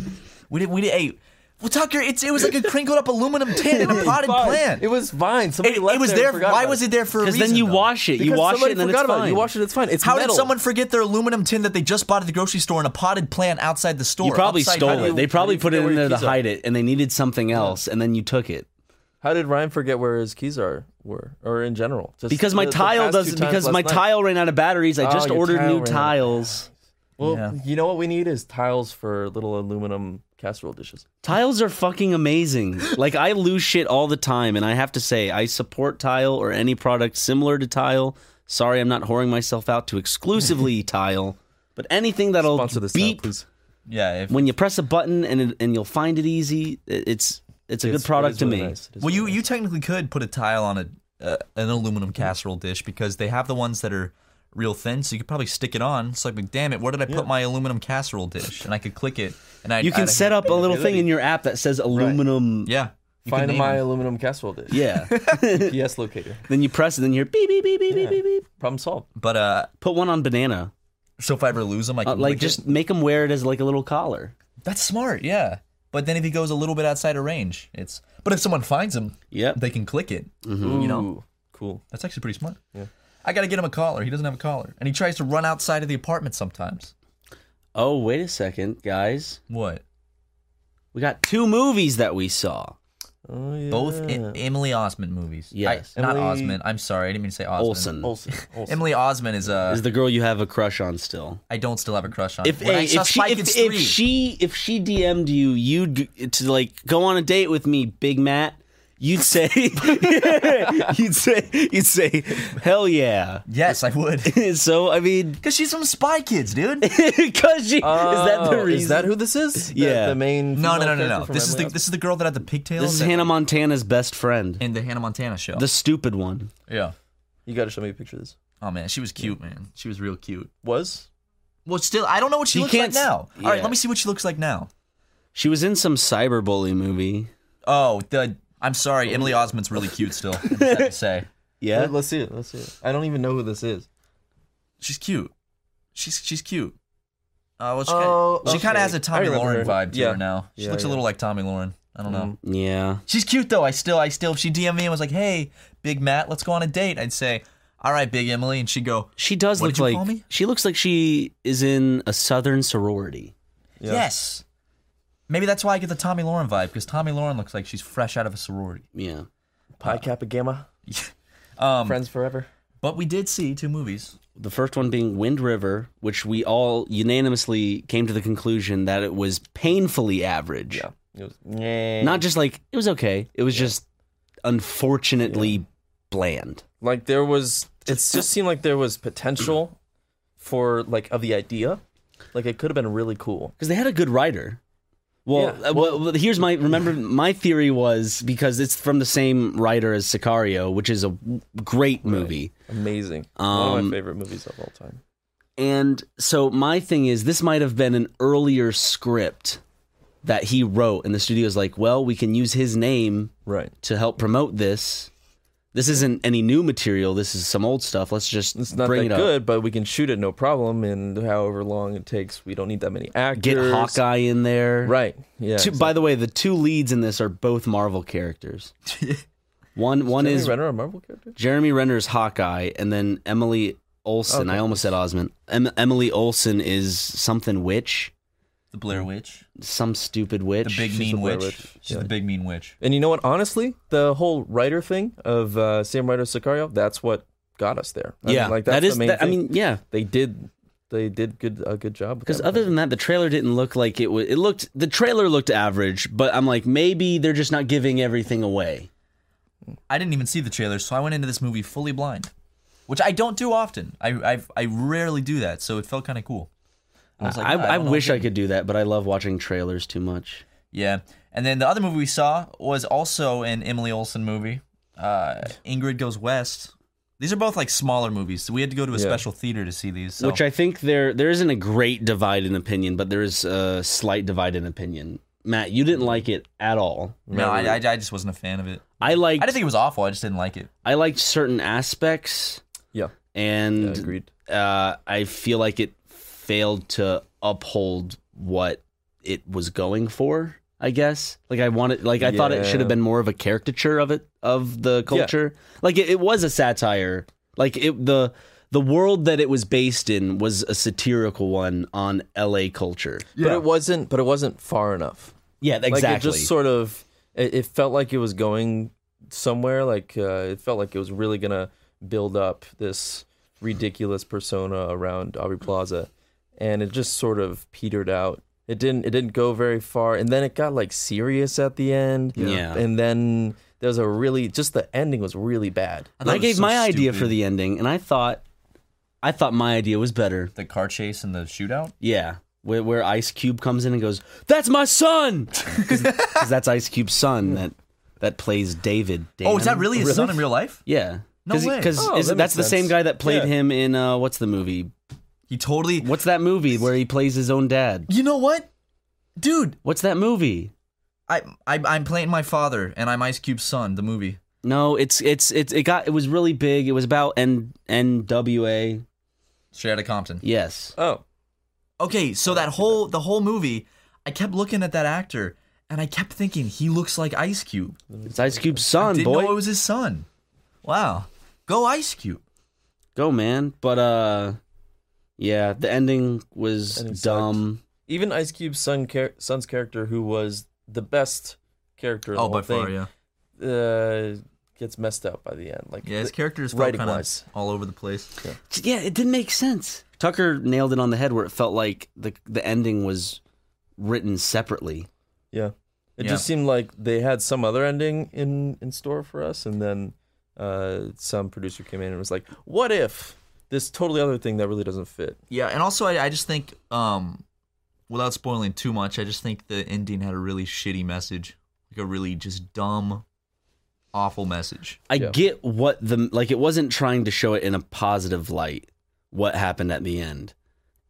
[SPEAKER 2] We did we did. Hey, well, Tucker, it's it was like a crinkled up aluminum tin in a potted
[SPEAKER 3] Fine.
[SPEAKER 2] plant.
[SPEAKER 3] It was fine. Somebody
[SPEAKER 2] It, it
[SPEAKER 3] left
[SPEAKER 2] was
[SPEAKER 3] there and
[SPEAKER 2] there.
[SPEAKER 3] forgot
[SPEAKER 2] Why
[SPEAKER 3] about
[SPEAKER 2] was it there for a
[SPEAKER 1] Because
[SPEAKER 2] reason?
[SPEAKER 1] then you
[SPEAKER 2] though?
[SPEAKER 1] wash it. You
[SPEAKER 3] Because
[SPEAKER 1] wash it
[SPEAKER 3] somebody
[SPEAKER 1] and then it's
[SPEAKER 3] forgot about
[SPEAKER 1] fine.
[SPEAKER 3] It. You wash it. It's fine. It's
[SPEAKER 2] How
[SPEAKER 3] metal.
[SPEAKER 2] did someone forget their aluminum tin that they just bought at the grocery store in a potted plant outside the store?
[SPEAKER 1] You probably
[SPEAKER 2] upside
[SPEAKER 1] stole
[SPEAKER 2] down?
[SPEAKER 1] it. They probably
[SPEAKER 3] you
[SPEAKER 1] put it
[SPEAKER 3] forget
[SPEAKER 1] in
[SPEAKER 3] where
[SPEAKER 1] there
[SPEAKER 3] your
[SPEAKER 1] to
[SPEAKER 3] keys are?
[SPEAKER 1] hide it, and they needed something else, and then you took it.
[SPEAKER 3] How did Ryan forget where his keys are were or in general? Just
[SPEAKER 1] Because my
[SPEAKER 3] the- the
[SPEAKER 1] tile
[SPEAKER 3] past two
[SPEAKER 1] doesn't.
[SPEAKER 3] times
[SPEAKER 1] Because
[SPEAKER 3] last
[SPEAKER 1] my
[SPEAKER 3] night.
[SPEAKER 1] tile ran out of batteries. I
[SPEAKER 3] Oh,
[SPEAKER 1] just
[SPEAKER 3] your
[SPEAKER 1] ordered
[SPEAKER 3] tile
[SPEAKER 1] new
[SPEAKER 3] ran out.
[SPEAKER 1] tiles.
[SPEAKER 3] Well,
[SPEAKER 2] Yeah.
[SPEAKER 3] you know what we need is tiles for little aluminum casserole dishes.
[SPEAKER 1] Tiles are fucking amazing. Like I lose shit all the time, and I have to say I support Tile or any product similar to Tile. Sorry, I'm not whoring myself out to exclusively Tile, but anything that'll
[SPEAKER 3] Sponsor this now,
[SPEAKER 1] beep
[SPEAKER 3] please.
[SPEAKER 2] Yeah. If,
[SPEAKER 1] when you press a button and it, and you'll find it easy. It- It's it's a
[SPEAKER 3] It's-
[SPEAKER 1] good product
[SPEAKER 3] it is
[SPEAKER 1] to
[SPEAKER 3] really
[SPEAKER 1] me.
[SPEAKER 3] nice. It is
[SPEAKER 2] Well, you
[SPEAKER 3] really
[SPEAKER 2] you technically could put a tile on a uh, an
[SPEAKER 1] Mm-hmm.
[SPEAKER 2] aluminum casserole dish because they have the ones that are real thin, so you could probably stick it on. It's like, damn it, where did I put my aluminum casserole dish? And I could click it, and I
[SPEAKER 1] You can set up a little thing in your app that says aluminum
[SPEAKER 2] yeah. You can
[SPEAKER 3] Find
[SPEAKER 2] name
[SPEAKER 3] my
[SPEAKER 2] them.
[SPEAKER 3] aluminum casserole dish.
[SPEAKER 1] Yeah.
[SPEAKER 3] Yes, locator.
[SPEAKER 1] then you press it, then you hear beep beep beep beep beep
[SPEAKER 3] Yeah.
[SPEAKER 1] beep beep.
[SPEAKER 3] Problem solved.
[SPEAKER 2] But uh,
[SPEAKER 1] Put one on banana.
[SPEAKER 2] so if I ever lose him, I can
[SPEAKER 1] Uh, like
[SPEAKER 2] lick
[SPEAKER 1] just
[SPEAKER 2] it.
[SPEAKER 1] make him wear it as like a little collar.
[SPEAKER 2] that's smart. Yeah. But then if he goes a little bit outside of range, it's. But if someone finds him,
[SPEAKER 1] Yep.
[SPEAKER 2] they can click it.
[SPEAKER 3] Ooh, cool.
[SPEAKER 2] That's actually pretty smart.
[SPEAKER 3] Yeah.
[SPEAKER 2] I gotta get him a collar. He doesn't have a collar, and he tries to run outside of the apartment sometimes.
[SPEAKER 1] Oh, wait a second, guys.
[SPEAKER 2] What?
[SPEAKER 1] We got two movies that we saw.
[SPEAKER 3] Oh yeah.
[SPEAKER 2] Both I- Emily Osment movies.
[SPEAKER 1] Yes.
[SPEAKER 2] I- not
[SPEAKER 3] Emily-
[SPEAKER 2] Osment. I'm sorry, I didn't mean to say Osment.
[SPEAKER 1] Olsen
[SPEAKER 3] Olsen. Olsen.
[SPEAKER 2] Emily Osment is uh.
[SPEAKER 1] is the girl you have a crush on still.
[SPEAKER 2] I don't still have a crush on.
[SPEAKER 1] If,
[SPEAKER 2] when I
[SPEAKER 1] hey,
[SPEAKER 2] saw
[SPEAKER 1] if, she,
[SPEAKER 2] Spy
[SPEAKER 1] if,
[SPEAKER 2] Kids
[SPEAKER 1] if
[SPEAKER 2] 3,
[SPEAKER 1] she if she DM'd you, you'd g- to like go on a date with me, Big Matt. You'd say you'd say you'd say hell yeah.
[SPEAKER 2] yes, I would.
[SPEAKER 1] so I mean,
[SPEAKER 2] Cause she's from Spy Kids, dude.
[SPEAKER 1] because she is that the
[SPEAKER 3] Oh,
[SPEAKER 1] reason?
[SPEAKER 3] Is that who this is? The-
[SPEAKER 1] Yeah.
[SPEAKER 3] The main.
[SPEAKER 2] No, no, no, no,
[SPEAKER 3] female
[SPEAKER 2] no.
[SPEAKER 3] character from
[SPEAKER 2] This is the
[SPEAKER 3] Emily
[SPEAKER 2] this is the girl that had the pigtails.
[SPEAKER 1] this is
[SPEAKER 2] that-
[SPEAKER 1] Hannah Montana's best friend,
[SPEAKER 2] in the Hannah Montana show.
[SPEAKER 1] the stupid one.
[SPEAKER 2] yeah.
[SPEAKER 3] Osment? You got to show me a picture of this.
[SPEAKER 2] Oh man, she was cute, man. She was real cute.
[SPEAKER 3] Was
[SPEAKER 2] Well, still, I don't know what she
[SPEAKER 1] You
[SPEAKER 2] looks like
[SPEAKER 1] can't s-
[SPEAKER 2] now. All right,
[SPEAKER 1] yeah.
[SPEAKER 2] let me see what she looks like now.
[SPEAKER 1] She was in some cyberbully movie.
[SPEAKER 2] Oh, the I'm sorry, Emily Osment's really cute still. I just have to say,
[SPEAKER 1] Yeah,
[SPEAKER 3] Let, us see it. Let's see it. I don't even know who this is.
[SPEAKER 2] she's cute. She's she's cute. Uh, well, she
[SPEAKER 3] Oh,
[SPEAKER 2] kinda, she kind
[SPEAKER 3] okay.
[SPEAKER 2] of has a
[SPEAKER 3] I
[SPEAKER 2] Tommy
[SPEAKER 3] remember
[SPEAKER 2] Lauren
[SPEAKER 3] her.
[SPEAKER 2] vibe to
[SPEAKER 3] Yeah.
[SPEAKER 2] her now. She
[SPEAKER 3] Yeah,
[SPEAKER 2] looks a
[SPEAKER 3] yeah. Mm.
[SPEAKER 2] little like Tommy Lauren. I don't know.
[SPEAKER 3] Um,
[SPEAKER 1] yeah.
[SPEAKER 2] She's cute though. I still, I still, if she DM me and was like, "Hey, Big Matt, let's go on a date," I'd say, "All right, Big Emily," and she'd go,
[SPEAKER 1] She does
[SPEAKER 2] What
[SPEAKER 1] look
[SPEAKER 2] did you
[SPEAKER 1] like
[SPEAKER 2] call me?
[SPEAKER 1] she looks like she is in a southern sorority.
[SPEAKER 3] Yeah.
[SPEAKER 2] "Yes." Maybe that's why I get the Tommy Lauren vibe because Tommy Lauren looks like she's fresh out of a sorority.
[SPEAKER 1] Yeah.
[SPEAKER 3] Pi Kappa Gamma.
[SPEAKER 2] Um,
[SPEAKER 3] Friends forever.
[SPEAKER 2] but we did see two movies.
[SPEAKER 1] The first one being Wind River, which we all unanimously came to the conclusion that it was painfully average.
[SPEAKER 3] Yeah. It was, yeah.
[SPEAKER 1] Not just like it was okay. It was just unfortunately bland.
[SPEAKER 3] like there was. It just seemed like there was potential for like of the idea. Like it could have been really cool.
[SPEAKER 1] Because they had a good writer. Well,
[SPEAKER 3] Yeah.
[SPEAKER 1] uh, well, well, here's my remember my theory was because it's from the same writer as Sicario, which is a w- great movie.
[SPEAKER 3] Amazing. One of
[SPEAKER 1] Um,
[SPEAKER 3] my favorite movies of all time.
[SPEAKER 1] And so my thing is, this might have been an earlier script that he wrote, and the studio's like, well, we can use his name
[SPEAKER 3] Right.
[SPEAKER 1] to help promote this. This isn't any new material. This is some old stuff. Let's just
[SPEAKER 3] It's not
[SPEAKER 1] bring it
[SPEAKER 3] that
[SPEAKER 1] up.
[SPEAKER 3] good, but we can shoot it no problem. And however long it takes, we don't need that many actors.
[SPEAKER 1] Get Hawkeye in there.
[SPEAKER 3] Right. Yeah.
[SPEAKER 1] Two, By the way, the two leads in this are both Marvel charactars. one one
[SPEAKER 3] Jeremy
[SPEAKER 1] is
[SPEAKER 3] Renner a Marvel character?
[SPEAKER 1] Jeremy Renner's Hawkeye, and then Emily Olsen.
[SPEAKER 3] Oh,
[SPEAKER 1] I almost said Osmond. Em- Emily Olsen is something witch,
[SPEAKER 2] The Blair Witch,
[SPEAKER 1] some stupid
[SPEAKER 2] the
[SPEAKER 1] witch.
[SPEAKER 2] Big
[SPEAKER 3] Mm. she's
[SPEAKER 2] Mean
[SPEAKER 3] the Blair
[SPEAKER 2] Witch.
[SPEAKER 3] Witch.
[SPEAKER 2] She's
[SPEAKER 3] Yeah.
[SPEAKER 2] the Big Mean Witch.
[SPEAKER 3] And you know what? Honestly, the whole writer thing of uh, same writer as Sicario, that's what got us there. I
[SPEAKER 1] yeah,
[SPEAKER 3] mean, uh, like that's
[SPEAKER 1] that is.
[SPEAKER 3] the main
[SPEAKER 1] that- I
[SPEAKER 3] thing.
[SPEAKER 1] mean, yeah,
[SPEAKER 3] they did, they did good a good job.
[SPEAKER 1] Because other than that, the trailer didn't look like it was. It looked the trailer looked average, but I'm like maybe they're just not giving everything away.
[SPEAKER 2] I didn't even see the trailer, so I went into this movie fully blind, which I don't do often. I I've, I rarely do that, so it felt kind of cool. I was like,
[SPEAKER 1] I,
[SPEAKER 2] "Yeah,
[SPEAKER 1] I,
[SPEAKER 2] don't know
[SPEAKER 1] wish
[SPEAKER 2] what
[SPEAKER 1] I could do that, but I love watching trailers too much.
[SPEAKER 2] Yeah. And then the other movie we saw was also an Emily Olsen movie, uh, Ingrid Goes West. These are both like smaller movies. So we had to go to a
[SPEAKER 3] Yeah.
[SPEAKER 2] special theater to see these. So.
[SPEAKER 1] Which I think there there isn't a great divide in opinion, but there is a slight divide in opinion. Matt, you
[SPEAKER 2] Mm-hmm.
[SPEAKER 1] didn't like it at all.
[SPEAKER 2] no, I, I, I just wasn't a fan of it.
[SPEAKER 1] I liked
[SPEAKER 2] Mm-hmm. I didn't think it was awful. I just didn't like it.
[SPEAKER 1] I liked certain aspects,
[SPEAKER 3] yeah, yeah,
[SPEAKER 1] and
[SPEAKER 3] agreed.
[SPEAKER 1] uh, I feel like it failed to uphold what it was going for. I guess, like I wanted, like I thought it should
[SPEAKER 3] Yeah.
[SPEAKER 1] have been more of a caricature of it of the culture. Like it, it was a satire. Like it, the the world that it was based in was a satirical one on L.A. culture.
[SPEAKER 3] But it wasn't. But it wasn't far enough.
[SPEAKER 1] Yeah, exactly.
[SPEAKER 3] Like it just sort of, it, it felt like it was going somewhere. Like uh, it felt like it was really gonna build up this ridiculous persona around Aubrey Plaza, and it just sort of petered out. It didn't. It didn't go very far, and then it got like serious at the end.
[SPEAKER 1] Yeah.
[SPEAKER 3] And then there's a really just the ending was really bad.
[SPEAKER 2] thought
[SPEAKER 1] I
[SPEAKER 2] it was
[SPEAKER 1] gave
[SPEAKER 2] so
[SPEAKER 1] my idea for
[SPEAKER 2] stupid.
[SPEAKER 1] the ending, and I thought, I thought my idea was better.
[SPEAKER 2] the car chase and the shootout.
[SPEAKER 1] Yeah, where, where Ice Cube comes in and goes, "That's my son," because that's Ice Cube's son that that plays David. Dan.
[SPEAKER 2] Oh, is that really his son in real life?
[SPEAKER 1] Yeah.
[SPEAKER 2] No way.
[SPEAKER 1] Because
[SPEAKER 3] Oh, that
[SPEAKER 1] that's
[SPEAKER 3] makes
[SPEAKER 1] the same
[SPEAKER 3] sense.
[SPEAKER 1] guy that played
[SPEAKER 3] Yeah.
[SPEAKER 1] him in uh, what's the movie?
[SPEAKER 2] He totally.
[SPEAKER 1] What's that movie where he plays his own dad?
[SPEAKER 2] You know what, dude?
[SPEAKER 1] What's that movie?
[SPEAKER 2] I, I I'm playing my father and I'm Ice Cube's son. The movie.
[SPEAKER 1] No, it's it's it's it got it was really big. It was about N NWA.
[SPEAKER 2] Straight out of Compton.
[SPEAKER 1] Yes.
[SPEAKER 3] Oh,
[SPEAKER 2] Okay, so that whole the whole movie, I kept looking at that actor and I kept thinking he looks like Ice Cube.
[SPEAKER 1] It's Ice Cube's
[SPEAKER 2] I
[SPEAKER 1] son,
[SPEAKER 2] didn't
[SPEAKER 1] boy.
[SPEAKER 2] know it was his son. Wow, go Ice Cube.
[SPEAKER 1] Go man. But uh yeah, the ending was
[SPEAKER 3] Ending sucked.
[SPEAKER 1] dumb.
[SPEAKER 3] even Ice Cube's son char- son's character, who was the best character, in the
[SPEAKER 2] Oh,
[SPEAKER 3] whole
[SPEAKER 2] by
[SPEAKER 3] thing,
[SPEAKER 2] far, yeah,
[SPEAKER 3] uh, gets messed up by the end. Like
[SPEAKER 2] yeah. His
[SPEAKER 3] the-
[SPEAKER 2] character is kind
[SPEAKER 3] writing-wise.
[SPEAKER 2] of all over the place.
[SPEAKER 1] Yeah, it didn't make sense. Tucker nailed it on the head where it felt like the the ending was written separately.
[SPEAKER 3] yeah. It
[SPEAKER 2] Yeah.
[SPEAKER 3] just seemed like they had some other ending in in store for us, and then uh, some producer came in and was like, "What if this totally other thing that really doesn't fit?"
[SPEAKER 2] Yeah, and also I, I just think, um, without spoiling too much, I just think the ending had a really shitty message, like a really just dumb, awful message.
[SPEAKER 1] I
[SPEAKER 3] Yeah.
[SPEAKER 1] get what the like it wasn't trying to show it in a positive light what happened at the end.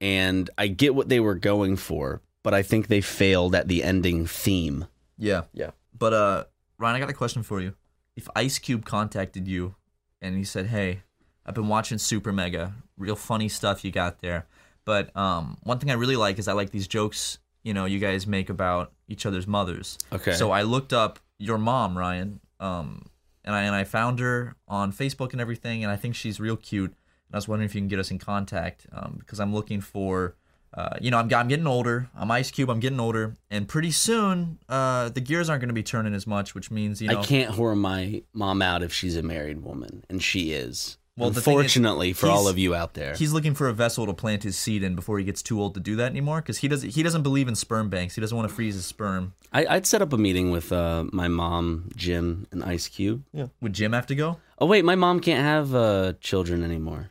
[SPEAKER 1] And I get what they were going for, but I think they failed at the ending theme.
[SPEAKER 2] Yeah,
[SPEAKER 3] Yeah.
[SPEAKER 2] But uh, Ryan, I got a question for you. If Ice Cube contacted you and he said, "Hey, I've been watching Super Mega, real funny stuff you got there, but um, one thing I really like is I like these jokes you know you guys make about each other's mothers."
[SPEAKER 1] Okay.
[SPEAKER 2] So I looked up your mom, Ryan, um, and I and I found her on Facebook and everything, and I think she's real cute. And I was wondering if you can get us in contact um, because I'm looking for, uh, you know, I'm I'm getting older. I'm Ice Cube. I'm getting older, and pretty soon uh, the gears aren't going to be turning as much, which means you know.
[SPEAKER 1] I can't whore my mom out if she's a married woman, and she is.
[SPEAKER 2] Well, the thing is,
[SPEAKER 1] unfortunately for all
[SPEAKER 2] he's-
[SPEAKER 1] of you out there,
[SPEAKER 2] He's looking for a vessel to plant his seed in before he gets too old to do that anymore because he doesn't he doesn't believe in sperm banks. He doesn't want to freeze his sperm.
[SPEAKER 1] I, I'd set up a meeting with uh, my mom, Jim, and Ice Cube.
[SPEAKER 2] Would Jim have to go?
[SPEAKER 1] Oh wait, my mom can't have uh, children anymore.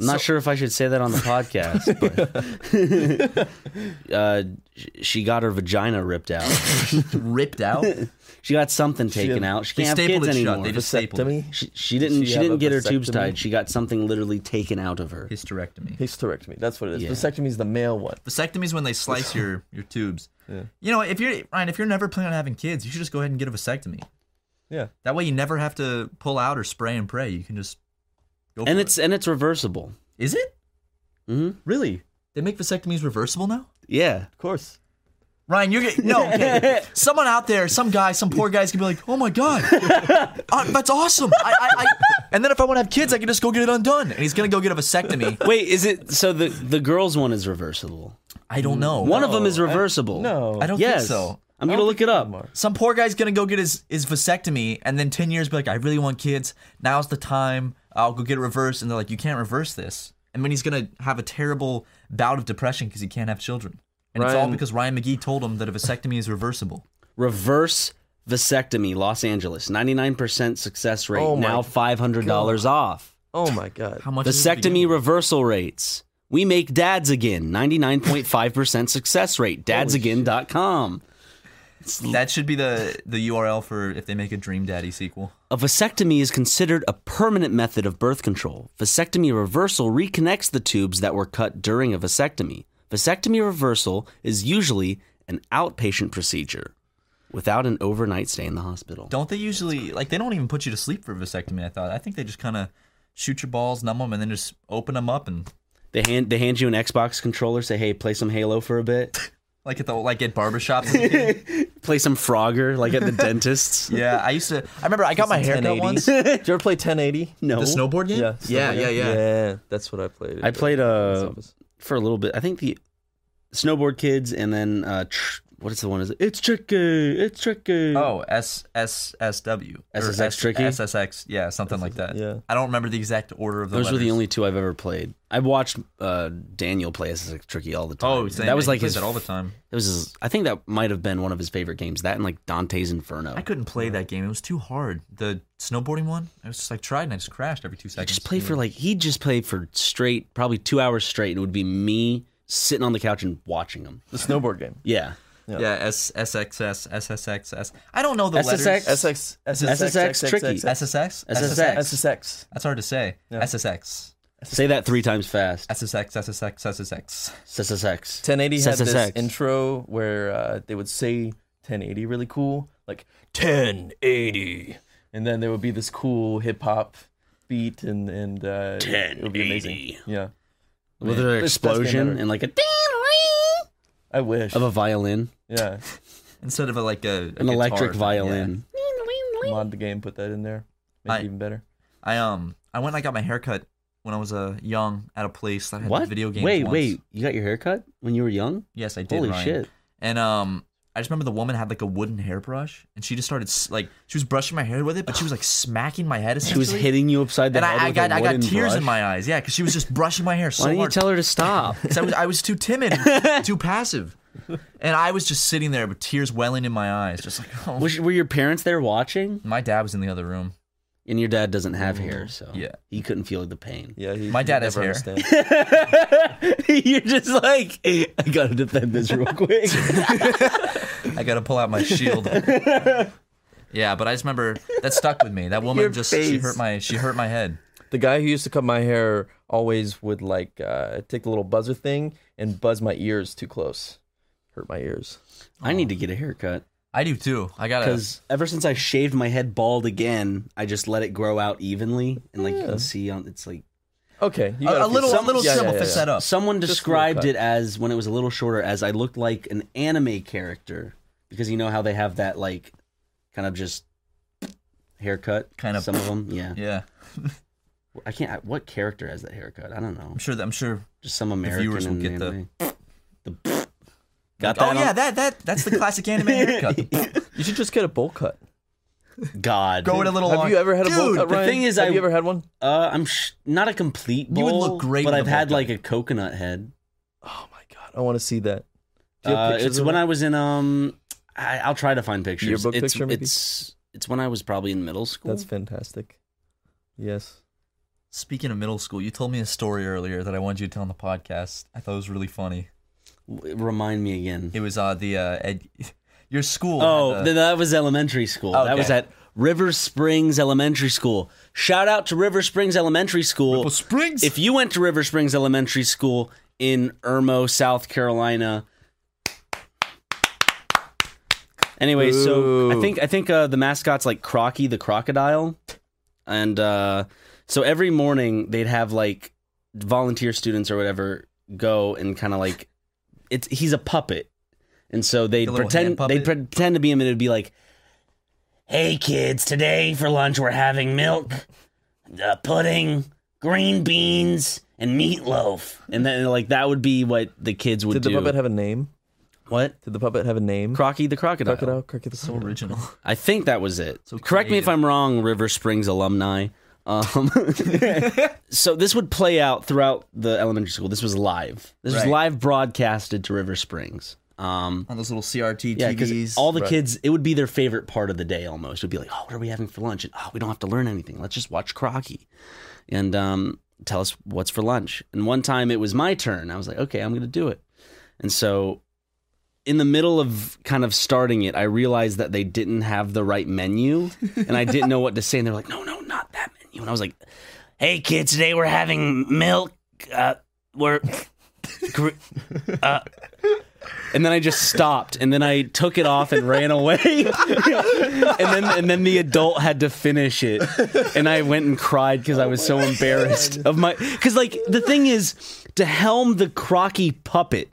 [SPEAKER 1] I'm not sure if I should say that on the podcast, but uh, sh- she got her vagina ripped out.
[SPEAKER 2] Ripped out.
[SPEAKER 1] She got something taken out. She
[SPEAKER 2] they
[SPEAKER 1] can't have
[SPEAKER 2] stapled
[SPEAKER 1] kids
[SPEAKER 2] it
[SPEAKER 1] anymore.
[SPEAKER 2] shut. They just stapled it.
[SPEAKER 3] Vasectomy,
[SPEAKER 1] she, she didn't.
[SPEAKER 3] She
[SPEAKER 1] She,
[SPEAKER 3] have
[SPEAKER 1] didn't
[SPEAKER 3] a
[SPEAKER 1] get her tubes
[SPEAKER 3] vasectomy?
[SPEAKER 1] tied. She got something literally taken out of her.
[SPEAKER 2] hysterectomy.
[SPEAKER 3] hysterectomy. That's what it is.
[SPEAKER 1] Yeah.
[SPEAKER 3] Vasectomy is the male one.
[SPEAKER 2] Vasectomy is when they slice your your tubes. You know, if you're Ryan, if you're never planning on having kids, you should just go ahead and get a vasectomy.
[SPEAKER 3] Yeah.
[SPEAKER 2] That way, you never have to pull out or spray and pray. You can just go.
[SPEAKER 1] And
[SPEAKER 2] for
[SPEAKER 1] it's
[SPEAKER 2] it.
[SPEAKER 1] and it's reversible.
[SPEAKER 2] is it
[SPEAKER 1] Mhm.
[SPEAKER 2] really? They make vasectomies reversible now.
[SPEAKER 1] Yeah.
[SPEAKER 3] Of course.
[SPEAKER 2] Ryan, you're get- no. Okay. Someone out there, some guy, some poor guy's gonna be like, "Oh my god, uh, that's awesome!" I, I, I, and then if I want to have kids, I can just go get it undone, and he's gonna go get a vasectomy.
[SPEAKER 1] Wait, is it so the the girls one is reversible?
[SPEAKER 2] I don't know.
[SPEAKER 1] Mm-hmm. One of them is
[SPEAKER 3] I-
[SPEAKER 1] reversible.
[SPEAKER 3] no.
[SPEAKER 2] I don't
[SPEAKER 1] yes.
[SPEAKER 2] think so.
[SPEAKER 1] I'm gonna look it up.
[SPEAKER 3] Mark.
[SPEAKER 2] Some poor guy's gonna go get his, his vasectomy and then 10 years be like, I really want kids. Now's the time. I'll go get it reversed. And they're like, you can't reverse this. And then he's gonna have a terrible bout of depression because he can't have children. And it's all
[SPEAKER 3] Ryan-
[SPEAKER 2] because Ryan McGee told him that a vasectomy is reversible.
[SPEAKER 1] Reverse vasectomy, Los Angeles, 99% success rate.
[SPEAKER 3] Oh my
[SPEAKER 1] now $500 off.
[SPEAKER 3] Oh my god.
[SPEAKER 2] How much is it to begin
[SPEAKER 1] Vasectomy
[SPEAKER 2] with?
[SPEAKER 1] reversal rates. We make dads again, 99.5% success rate. Dadsagain.com.
[SPEAKER 2] That should be the, the URL for if they make a Dream Daddy sequel.
[SPEAKER 1] A vasectomy is considered a permanent method of birth control. Vasectomy reversal reconnects the tubes that were cut during a vasectomy. Vasectomy reversal is usually an outpatient procedure without an overnight stay in the hospital.
[SPEAKER 2] Don't they usually, like, they don't even put you to sleep for a vasectomy, I thought. I think they just kind of shoot your balls, numb them, and then just open them up and.
[SPEAKER 1] They hand they hand you an Xbox controller, say, "Hey, play some Halo for a bit.
[SPEAKER 2] Like at the like at barbershops. as a kid.
[SPEAKER 1] play some Frogger like at the dentist's."
[SPEAKER 2] yeah, I used to. I remember I got my hair cut
[SPEAKER 3] 1080.
[SPEAKER 2] once.
[SPEAKER 3] Did you ever play 1080?
[SPEAKER 1] No.
[SPEAKER 2] The snowboard game?
[SPEAKER 3] Yeah.
[SPEAKER 2] yeah,
[SPEAKER 3] snowboard
[SPEAKER 2] yeah,
[SPEAKER 3] game?
[SPEAKER 2] yeah.
[SPEAKER 3] Yeah, that's what I played.
[SPEAKER 1] I played
[SPEAKER 3] It's
[SPEAKER 1] uh
[SPEAKER 3] office.
[SPEAKER 1] for a little bit. I think the Snowboard Kids and then uh tr- what is the one is it? It's tricky. It's tricky.
[SPEAKER 2] Oh, S S S W. Or
[SPEAKER 1] SSX
[SPEAKER 2] S-
[SPEAKER 1] tricky?
[SPEAKER 2] SSX, yeah, something like that.
[SPEAKER 3] yeah.
[SPEAKER 2] I don't remember the exact order of the
[SPEAKER 1] Those were the
[SPEAKER 2] letters.
[SPEAKER 1] only two I've ever played. I watched uh, Daniel play SSX Tricky all the time.
[SPEAKER 2] Oh, same.
[SPEAKER 1] that was
[SPEAKER 2] He
[SPEAKER 1] like
[SPEAKER 2] plays
[SPEAKER 1] his.
[SPEAKER 2] that all the time.
[SPEAKER 1] It was his, I think that might have been one of his favorite games. That and like Dante's Inferno.
[SPEAKER 2] I couldn't play that game. It was too hard. The snowboarding one, I was just like tried and I just crashed every two
[SPEAKER 1] I
[SPEAKER 2] seconds.
[SPEAKER 1] just played for like he'd just play for straight probably two hours straight. and It would be me sitting on the couch and watching him.
[SPEAKER 3] the snowboard game.
[SPEAKER 1] Yeah,
[SPEAKER 2] yeah, S S X S S S X S. I don't know the
[SPEAKER 1] SSX?
[SPEAKER 2] letters.
[SPEAKER 3] SX
[SPEAKER 1] SSX tricky.
[SPEAKER 2] SSX?
[SPEAKER 1] SSX.
[SPEAKER 3] SSX.
[SPEAKER 2] That's hard to say. SSX.
[SPEAKER 1] say that three times fast.
[SPEAKER 2] SSX, SSX, SSX.
[SPEAKER 1] SSX.
[SPEAKER 3] 1080 had this
[SPEAKER 1] SSX.
[SPEAKER 3] intro where uh, they would say 1080 really cool, like 1080, and then there would be this cool hip hop beat and and uh, it would be amazing.
[SPEAKER 1] 1080.
[SPEAKER 3] Yeah,
[SPEAKER 1] with an
[SPEAKER 3] It's best game
[SPEAKER 1] explosion
[SPEAKER 3] ever.
[SPEAKER 1] and like a
[SPEAKER 3] I wish.
[SPEAKER 1] of a violin,
[SPEAKER 3] yeah,
[SPEAKER 2] instead of a, like a, a
[SPEAKER 1] an electric
[SPEAKER 2] guitar. Yeah.
[SPEAKER 1] violin.
[SPEAKER 3] mod the game, put that in there, make
[SPEAKER 2] I-
[SPEAKER 3] it even better.
[SPEAKER 2] I um I went and I got my haircut when I was uh, young at a place that had
[SPEAKER 1] What?
[SPEAKER 2] video games.
[SPEAKER 1] wait,
[SPEAKER 2] once.
[SPEAKER 1] wait. You got your hair cut when you were young?
[SPEAKER 2] Yes, I did.
[SPEAKER 1] Holy
[SPEAKER 2] Ryan.
[SPEAKER 1] shit.
[SPEAKER 2] And um, I just remember the woman had like a wooden hairbrush, and she just started s- like she was brushing my hair with it, but she was like smacking my head.
[SPEAKER 1] She was
[SPEAKER 2] essentially.
[SPEAKER 1] hitting you upside the
[SPEAKER 2] And
[SPEAKER 1] head
[SPEAKER 2] I, I
[SPEAKER 1] with
[SPEAKER 2] got
[SPEAKER 1] a
[SPEAKER 2] I got
[SPEAKER 1] wooden
[SPEAKER 2] tears in
[SPEAKER 1] brush?
[SPEAKER 2] my eyes. Yeah, because she was just brushing my hair so
[SPEAKER 1] Why didn't you
[SPEAKER 2] hard.
[SPEAKER 1] tell her to stop?
[SPEAKER 2] 'Cause I was I was too timid, and too passive, and I was just sitting there with tears welling in my eyes, just like oh.
[SPEAKER 1] Was, were your parents there watching?
[SPEAKER 2] my dad was in the other room.
[SPEAKER 1] And your dad doesn't have hair, so
[SPEAKER 2] Mm, Yeah.
[SPEAKER 1] he couldn't feel the pain.
[SPEAKER 3] Yeah, he,
[SPEAKER 2] My
[SPEAKER 3] he'd
[SPEAKER 2] dad has
[SPEAKER 3] never
[SPEAKER 2] hair.
[SPEAKER 3] understand.
[SPEAKER 1] You're just like, I gotta defend this real quick.
[SPEAKER 2] I gotta pull out my shield. yeah, but I just remember that stuck with me. That woman
[SPEAKER 1] Your
[SPEAKER 2] just she
[SPEAKER 1] face.
[SPEAKER 2] hurt my she hurt my head.
[SPEAKER 3] The guy who used to cut my hair always would like uh, take the little buzzer thing and buzz my ears too close, hurt my ears.
[SPEAKER 1] I need to get a haircut
[SPEAKER 2] I do too. I gotta.
[SPEAKER 1] because ever since I shaved my head bald again, I just let it grow out evenly, and like you
[SPEAKER 2] Hmm.
[SPEAKER 3] Yeah.
[SPEAKER 1] can see on it's like
[SPEAKER 3] Okay, you
[SPEAKER 2] A,
[SPEAKER 3] gotta
[SPEAKER 2] a
[SPEAKER 3] fix
[SPEAKER 2] little,
[SPEAKER 3] that.
[SPEAKER 2] a little
[SPEAKER 3] Yeah,
[SPEAKER 2] trim
[SPEAKER 3] yeah,
[SPEAKER 2] will
[SPEAKER 3] yeah,
[SPEAKER 2] fix
[SPEAKER 3] yeah.
[SPEAKER 2] that up.
[SPEAKER 1] someone
[SPEAKER 3] Just a little
[SPEAKER 1] described
[SPEAKER 3] cut.
[SPEAKER 1] it as when it was a little shorter as I looked like an anime character because you know how they have that like kind of just haircut,
[SPEAKER 2] Kind of-
[SPEAKER 1] some of them, yeah.
[SPEAKER 2] Yeah,
[SPEAKER 1] I can't. I, what character has that haircut? I don't know.
[SPEAKER 2] I'm sure. That, I'm sure.
[SPEAKER 1] Just some American.
[SPEAKER 2] viewers will
[SPEAKER 1] in
[SPEAKER 2] get the-
[SPEAKER 1] anime. the got
[SPEAKER 2] oh
[SPEAKER 1] that?
[SPEAKER 2] yeah,
[SPEAKER 1] on-
[SPEAKER 2] that that that's the classic anime haircut.
[SPEAKER 3] You should just get a bowl cut.
[SPEAKER 1] God.
[SPEAKER 2] Go it a little.
[SPEAKER 3] Have
[SPEAKER 2] long-
[SPEAKER 3] you ever had a bowl
[SPEAKER 2] Dude,
[SPEAKER 3] cut?
[SPEAKER 1] the
[SPEAKER 3] Ryan?
[SPEAKER 1] thing is,
[SPEAKER 3] have
[SPEAKER 1] I-
[SPEAKER 3] you ever had one?
[SPEAKER 1] Uh, I'm sh- not a complete bowl.
[SPEAKER 2] You would look great
[SPEAKER 1] but
[SPEAKER 2] with a
[SPEAKER 1] I've had
[SPEAKER 2] bowl
[SPEAKER 1] like a coconut head.
[SPEAKER 3] Oh my god, I want to see that. Do you have
[SPEAKER 1] Uh,
[SPEAKER 3] pictures
[SPEAKER 1] it's
[SPEAKER 3] of
[SPEAKER 1] when
[SPEAKER 3] it?
[SPEAKER 1] I was in um, I, I'll try to find pictures.
[SPEAKER 3] Yearbook
[SPEAKER 1] it's,
[SPEAKER 3] picture, maybe?
[SPEAKER 1] It's it's when I was probably in middle school.
[SPEAKER 3] That's fantastic. Yes.
[SPEAKER 2] Speaking of middle school, you told me a story earlier that I wanted you to tell on the podcast. I thought it was really funny.
[SPEAKER 1] W- Remind me again.
[SPEAKER 2] It was uh the uh ed- your school.
[SPEAKER 1] Oh,
[SPEAKER 2] had uh, the-
[SPEAKER 1] th- that was elementary school. That
[SPEAKER 2] Okay.
[SPEAKER 1] was at River Springs Elementary School. Shout out to River Springs Elementary School.
[SPEAKER 2] Well, Oh, Springs.
[SPEAKER 1] If you went to River Springs Elementary School in Irmo, South Carolina. Anyway, so I
[SPEAKER 3] Boo.
[SPEAKER 1] think I think uh, the mascot's like Crocky the crocodile, and uh, so every morning they'd have like volunteer students or whatever go and kind of like it's he's a puppet, and so they
[SPEAKER 2] Like a little hand
[SPEAKER 1] pretend
[SPEAKER 2] puppet?
[SPEAKER 1] they pretend to be him, and it'd be like, "Hey kids, today for lunch we're having milk, uh, pudding, green beans, and meatloaf." And then like that would be what the kids would
[SPEAKER 3] Did the
[SPEAKER 1] do.
[SPEAKER 3] puppet have a name?
[SPEAKER 1] what?
[SPEAKER 3] Did the puppet have a name?
[SPEAKER 1] Crocky the crocodile.
[SPEAKER 3] Crocodile, cricket,
[SPEAKER 2] so original.
[SPEAKER 1] I think that was it.
[SPEAKER 2] So
[SPEAKER 1] Correct me if
[SPEAKER 2] creative.
[SPEAKER 1] I'm wrong, River Springs alumni. Um, so this would play out throughout the elementary school. This was live. This was
[SPEAKER 2] Right.
[SPEAKER 1] live broadcasted to River Springs. Um,
[SPEAKER 2] On those little CRT
[SPEAKER 1] yeah,
[SPEAKER 2] TVs.
[SPEAKER 1] because all the kids, it would be their favorite part of the day almost. It would be like, oh, what are we having for lunch? And, oh, we don't have to learn anything. Let's just watch Crocky and um, tell us what's for lunch. And one time it was my turn. I was like, okay, I'm going to do it. And so in the middle of kind of starting it, I realized that they didn't have the right menu and I didn't know what to say. And they were like, no, no, not that menu. And I was like, hey, kids, today we're having milk. Uh, we're. gr- Uh, and then I just stopped, and then I took it off and ran away. and then and then the adult had to finish it, and I went and cried because I was so embarrassed of my. Because like the thing is, to helm the crocky puppet,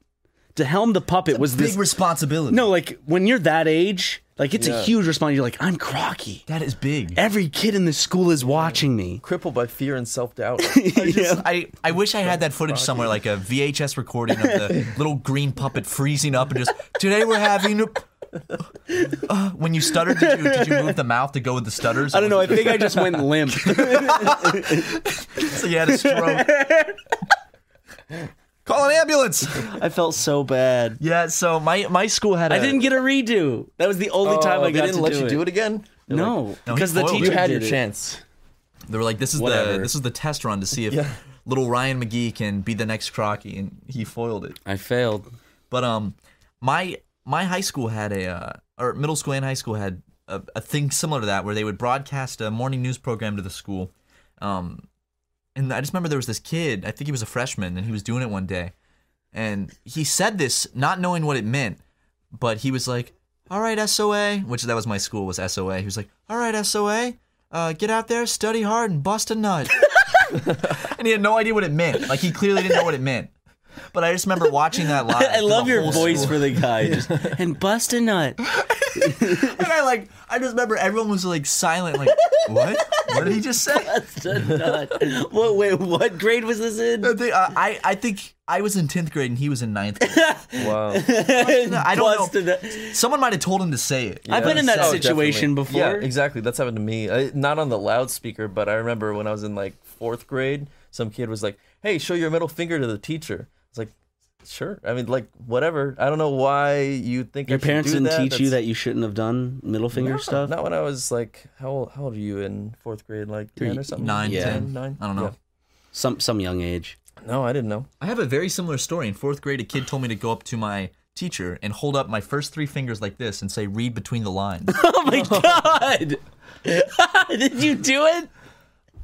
[SPEAKER 1] to helm the puppet was
[SPEAKER 2] big
[SPEAKER 1] this.
[SPEAKER 2] responsibility.
[SPEAKER 1] no, like when you're that age, like it's a
[SPEAKER 3] Yeah.
[SPEAKER 1] huge responsibility. You're like I'm crocky.
[SPEAKER 2] that is big.
[SPEAKER 1] Every kid in this school is watching me.
[SPEAKER 3] Crippled by fear and self doubt.
[SPEAKER 2] I, just, I, I wish I had that footage somewhere, like a VHS recording of the little green puppet freezing up and just, today we're having. a-" Uh, when you stuttered, did you, did you move the mouth to go with the stutters?
[SPEAKER 1] I don't know. I think I just went limp.
[SPEAKER 2] So you had a stroke. Call an ambulance.
[SPEAKER 1] I felt so bad.
[SPEAKER 2] Yeah, so my, my school had a.
[SPEAKER 1] I didn't get a redo. That was the only time I got
[SPEAKER 3] Oh, they didn't
[SPEAKER 1] to
[SPEAKER 3] let
[SPEAKER 1] do
[SPEAKER 3] you
[SPEAKER 1] it.
[SPEAKER 3] do it again. They're like,
[SPEAKER 1] No,
[SPEAKER 2] No, he
[SPEAKER 1] because the
[SPEAKER 2] foiled
[SPEAKER 1] teacher
[SPEAKER 2] you.
[SPEAKER 3] you had
[SPEAKER 1] did
[SPEAKER 3] your
[SPEAKER 1] it.
[SPEAKER 3] chance.
[SPEAKER 2] They were like, this is the
[SPEAKER 1] Whatever.
[SPEAKER 2] this is the test run to see if
[SPEAKER 3] Yeah.
[SPEAKER 2] little Ryan McGee can be the next Crocky, and he foiled it.
[SPEAKER 1] I failed.
[SPEAKER 2] But um, my my high school had a uh, or middle school and high school had a, a thing similar to that where they would broadcast a morning news program to the school. Um, and I just remember there was this kid. I think he was a freshman, and he was doing it one day, and he said this not knowing what it meant, but he was like, all right, SOA, which that was my school was SOA. He was like, all right, SOA, uh, get out there, study hard, and bust a nut. and he had no idea what it meant. Like he clearly didn't know what it meant. But I just remember watching that live.
[SPEAKER 1] I
[SPEAKER 2] for the
[SPEAKER 1] love your
[SPEAKER 2] whole
[SPEAKER 1] voice
[SPEAKER 2] school.
[SPEAKER 1] for the guy. Just, and bust a nut.
[SPEAKER 2] And I like, I just remember everyone was like silent, like, what? What did he just say?
[SPEAKER 1] Bust a nut. What? Wait, what grade was this in?
[SPEAKER 2] I think, uh, I, I think I was in 10th grade and he was in 9th grade.
[SPEAKER 3] Wow.
[SPEAKER 2] I don't
[SPEAKER 1] Bust
[SPEAKER 2] know.
[SPEAKER 1] a nut.
[SPEAKER 2] Someone might have told him to say it.
[SPEAKER 1] I've been in that
[SPEAKER 3] Oh,
[SPEAKER 1] situation
[SPEAKER 3] definitely.
[SPEAKER 1] before.
[SPEAKER 3] Yeah, exactly. That's happened to me. I, not on the loudspeaker, but I remember when I was in like fourth grade, some kid was like, "Hey, show your middle finger to the teacher." I was like, "Sure." I mean, like whatever. I don't know why you think
[SPEAKER 1] Your
[SPEAKER 3] I should
[SPEAKER 1] parents
[SPEAKER 3] do
[SPEAKER 1] didn't
[SPEAKER 3] that.
[SPEAKER 1] teach you
[SPEAKER 3] That's-
[SPEAKER 1] that you shouldn't have done middle finger
[SPEAKER 3] No,
[SPEAKER 1] stuff.
[SPEAKER 3] Not when I was like, how old? How old are you in fourth grade? Like
[SPEAKER 1] Three-
[SPEAKER 3] ten or something?
[SPEAKER 2] Nine,
[SPEAKER 1] Yeah.
[SPEAKER 2] 10,
[SPEAKER 3] nine?
[SPEAKER 2] I don't know.
[SPEAKER 1] Some some young age.
[SPEAKER 3] Yeah. No, I didn't know.
[SPEAKER 2] I have a very similar story. In fourth grade, a kid told me to go up to my teacher and hold up my first three fingers like this and say, read between the lines.
[SPEAKER 1] Oh my god! did you do it?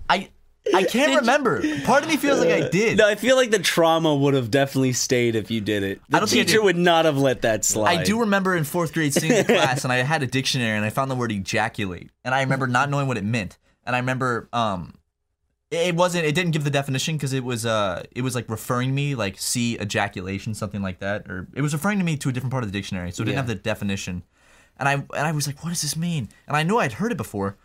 [SPEAKER 2] I I can't remember. Part of me feels like I did.
[SPEAKER 1] No, I feel like the trauma would have definitely stayed if you did it. The
[SPEAKER 2] I don't think I
[SPEAKER 1] teacher
[SPEAKER 2] did.
[SPEAKER 1] would not have let that slide.
[SPEAKER 2] I do remember in fourth grade sitting in class and I had a dictionary and I found the word ejaculate. And I remember not knowing what it meant. And I remember um it it wasn't it didn't give the definition because it was uh it was like referring me like see ejaculation, something like that. Or it was referring to me to a different part of the dictionary, so it didn't
[SPEAKER 1] Yeah.
[SPEAKER 2] have the definition. And I and I was like, what does this mean? And I knew I'd heard it before.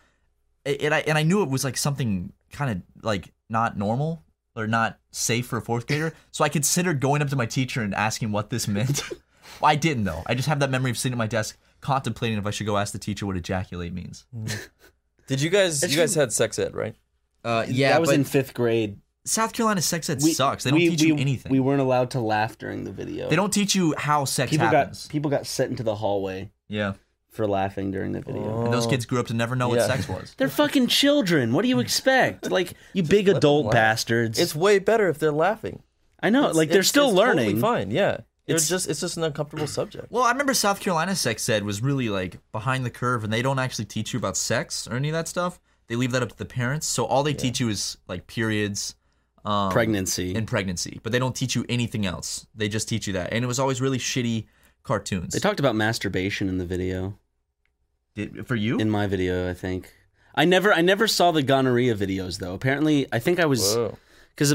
[SPEAKER 2] A- And I and I knew it was like something kind of like not normal or not safe for a fourth grader. So I considered going up to my teacher and asking what this meant. I didn't though. I just have that memory of sitting at my desk contemplating if I should go ask the teacher what ejaculate means.
[SPEAKER 3] Did you guys? You guys had sex ed, right?
[SPEAKER 2] Uh,
[SPEAKER 1] that was in fifth grade.
[SPEAKER 2] South Carolina sex ed
[SPEAKER 1] We-
[SPEAKER 2] sucks. They don't
[SPEAKER 1] we-
[SPEAKER 2] teach
[SPEAKER 1] we-
[SPEAKER 2] you anything.
[SPEAKER 1] We weren't allowed to laugh during the video.
[SPEAKER 2] they don't teach you how sex
[SPEAKER 1] People
[SPEAKER 2] happens.
[SPEAKER 1] got people got sent into the hallway
[SPEAKER 2] yeah,
[SPEAKER 1] for laughing during the video.
[SPEAKER 3] Oh.
[SPEAKER 2] and those kids grew up to never know
[SPEAKER 3] Yeah.
[SPEAKER 2] what sex was.
[SPEAKER 1] They're fucking children. What do you expect? Like you big adult
[SPEAKER 3] laugh.
[SPEAKER 1] bastards.
[SPEAKER 3] It's way better if they're laughing.
[SPEAKER 1] I know. Like they're
[SPEAKER 3] It's-
[SPEAKER 1] still
[SPEAKER 3] it's totally
[SPEAKER 1] learning.
[SPEAKER 3] fine. Yeah.
[SPEAKER 1] It's-
[SPEAKER 3] It's just it's just an uncomfortable subject.
[SPEAKER 2] Well, I remember South Carolina sex ed was really like behind the curve, and they don't actually teach you about sex or any of that stuff. They leave that up to the parents. So all they teach you is like periods, um,
[SPEAKER 1] Pregnancy.
[SPEAKER 2] and pregnancy, but they don't teach you anything else. They just teach you that, and it was always really shitty cartoons.
[SPEAKER 1] they talked about masturbation in the video.
[SPEAKER 2] Did, for you?
[SPEAKER 1] In my video, I think. I never I never saw the gonorrhea videos though. Apparently, I think I was
[SPEAKER 3] Whoa.
[SPEAKER 1] because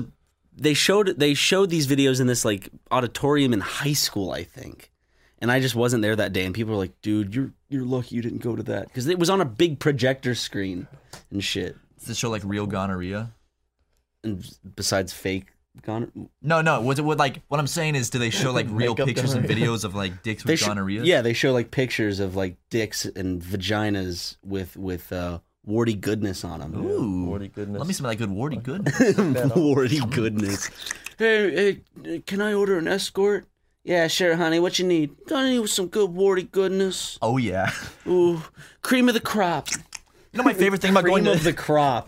[SPEAKER 1] they showed they showed these videos in this like auditorium in high school, I think. And I just wasn't there that day, and people were like, "Dude, you're you're lucky you didn't go to that," because it was on a big projector screen and shit.
[SPEAKER 2] Does it show like real gonorrhea?
[SPEAKER 1] And besides fake gonorrhea,
[SPEAKER 2] No, no. Was it what like what I'm saying is, do they show like real
[SPEAKER 3] Makeup
[SPEAKER 2] pictures and
[SPEAKER 3] gonorrhea.
[SPEAKER 2] videos of like dicks
[SPEAKER 1] they
[SPEAKER 2] with
[SPEAKER 1] sho-
[SPEAKER 2] gonorrhea?
[SPEAKER 1] yeah, they show like pictures of like dicks and vaginas with with uh, warty goodness on them.
[SPEAKER 2] Ooh.
[SPEAKER 3] Warty goodness.
[SPEAKER 2] Let me some of that good warty good.
[SPEAKER 1] Warty goodness. Hey, hey, can I order an escort? Yeah, sure, honey. What you need? Gonna need some good warty goodness.
[SPEAKER 2] oh yeah.
[SPEAKER 1] Ooh, cream of the crop.
[SPEAKER 2] You know my favorite thing about going
[SPEAKER 1] Cream
[SPEAKER 2] to
[SPEAKER 1] of the crop.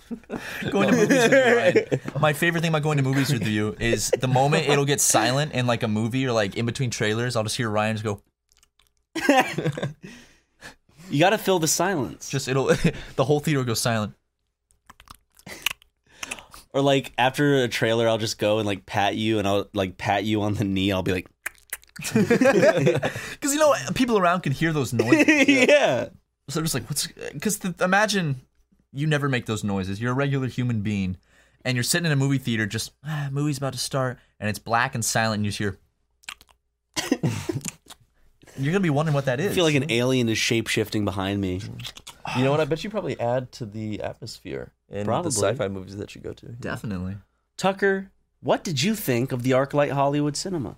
[SPEAKER 2] going to movies with you, Ryan. My favorite thing about going to movies with you is the moment it'll get silent in like a movie or like in between trailers, I'll just hear Ryan just go,
[SPEAKER 1] You gotta fill the silence.
[SPEAKER 2] just it'll, the whole theater will go silent.
[SPEAKER 1] or like after a trailer, I'll just go and like pat you, and I'll like pat you on the knee. I'll be like,
[SPEAKER 2] Because you know, people around can hear those noises.
[SPEAKER 1] yeah.
[SPEAKER 2] So they're just like, what's, because imagine you never make those noises. You're a regular human being and you're sitting in a movie theater, just, ah, movie's about to start and it's black and silent and you just hear, you're going to be wondering what that is.
[SPEAKER 1] I feel like an alien is shape shifting behind me.
[SPEAKER 3] You know what? I bet you probably add to the atmosphere in
[SPEAKER 1] Probably.
[SPEAKER 3] the sci-fi movies that you go to.
[SPEAKER 2] Definitely.
[SPEAKER 1] Tucker, what did you think of the ArcLight Hollywood Cinema?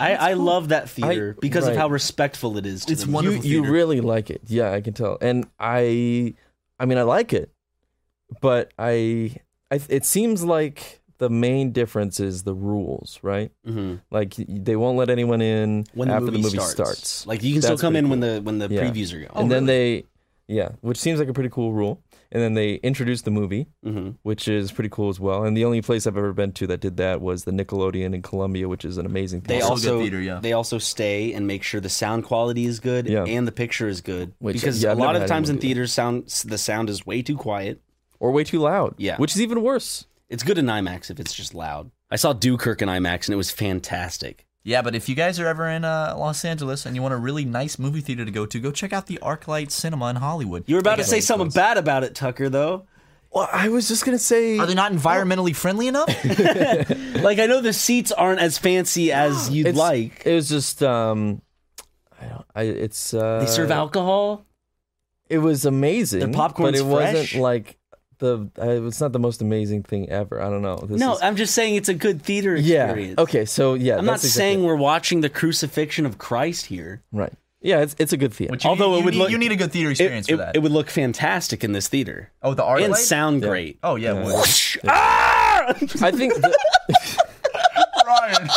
[SPEAKER 1] I, I love that theater
[SPEAKER 3] I-
[SPEAKER 1] because of
[SPEAKER 3] right.
[SPEAKER 1] how respectful it is. To
[SPEAKER 2] It's
[SPEAKER 1] the
[SPEAKER 2] one- Wonderful
[SPEAKER 3] you, you
[SPEAKER 2] theater.
[SPEAKER 3] really like it. Yeah, I can tell. And I I mean I like it. But I I it seems like the main difference is the rules, right?
[SPEAKER 1] Mhm.
[SPEAKER 3] Like y- they won't let anyone in
[SPEAKER 1] when the
[SPEAKER 3] after
[SPEAKER 1] movie
[SPEAKER 3] Mm-hmm. the movie
[SPEAKER 1] starts.
[SPEAKER 3] starts.
[SPEAKER 1] Like you can still
[SPEAKER 3] That's
[SPEAKER 1] come in when
[SPEAKER 3] pretty
[SPEAKER 1] the when the
[SPEAKER 3] Yeah.
[SPEAKER 1] previews are
[SPEAKER 2] Oh,
[SPEAKER 1] going.
[SPEAKER 3] and then they yeah, which seems like a pretty cool rule. And then they introduce the movie,
[SPEAKER 1] hmm
[SPEAKER 3] which is pretty cool as well. And the only place I've ever been to that did that was the Nickelodeon in Columbia, which is an amazing
[SPEAKER 1] They
[SPEAKER 3] theater.
[SPEAKER 2] Also
[SPEAKER 1] also
[SPEAKER 2] good theater, yeah.
[SPEAKER 1] they also stay and make sure the sound quality is good
[SPEAKER 3] Yeah.
[SPEAKER 1] and the picture is good
[SPEAKER 3] Which-
[SPEAKER 1] because
[SPEAKER 3] yeah,
[SPEAKER 1] a
[SPEAKER 3] I've
[SPEAKER 1] lot
[SPEAKER 3] never
[SPEAKER 1] of
[SPEAKER 3] had
[SPEAKER 1] times in
[SPEAKER 3] anyone do that.
[SPEAKER 1] theaters sound s- the sound is way too quiet.
[SPEAKER 3] or way too loud.
[SPEAKER 1] Yeah.
[SPEAKER 3] which is even worse.
[SPEAKER 1] It's good in IMAX if it's just loud. I saw Dukirk in IMAX and it was fantastic.
[SPEAKER 2] Yeah, but if you guys are ever in uh, Los Angeles and you want a really nice movie theater to go to, go check out the ArcLight Cinema in Hollywood.
[SPEAKER 1] You were about to
[SPEAKER 2] Okay.
[SPEAKER 1] say something bad about it, Tucker, though.
[SPEAKER 3] Well, I was just gonna say.
[SPEAKER 2] Are they not environmentally friendly enough?
[SPEAKER 1] Like I know the seats aren't as fancy as you'd
[SPEAKER 3] It's-
[SPEAKER 1] like.
[SPEAKER 3] It was just um, I don't. I it's uh.
[SPEAKER 1] They serve alcohol.
[SPEAKER 3] It was amazing.
[SPEAKER 1] Their popcorn's
[SPEAKER 3] but it
[SPEAKER 1] fresh?
[SPEAKER 3] wasn't like the. I, it's not the most amazing thing ever. I don't know. This
[SPEAKER 1] No,
[SPEAKER 3] is-
[SPEAKER 1] I'm just saying it's a good theater
[SPEAKER 3] yeah.
[SPEAKER 1] experience.
[SPEAKER 3] Okay, so yeah,
[SPEAKER 1] I'm not
[SPEAKER 3] that's exactly
[SPEAKER 1] saying we're watching the crucifixion of Christ here.
[SPEAKER 3] right. Yeah, it's it's a good theater.
[SPEAKER 2] Which you
[SPEAKER 1] Although
[SPEAKER 2] need-
[SPEAKER 1] it
[SPEAKER 2] you
[SPEAKER 1] would
[SPEAKER 2] need,
[SPEAKER 1] look-
[SPEAKER 2] you need a good theater
[SPEAKER 1] It,
[SPEAKER 2] experience
[SPEAKER 1] it-
[SPEAKER 2] for that.
[SPEAKER 1] it would look fantastic in this theater
[SPEAKER 2] oh, the ArcLight
[SPEAKER 1] and sound great.
[SPEAKER 2] Oh yeah, it would.
[SPEAKER 1] Whoosh! Ah!
[SPEAKER 3] I think the,
[SPEAKER 2] Ryan.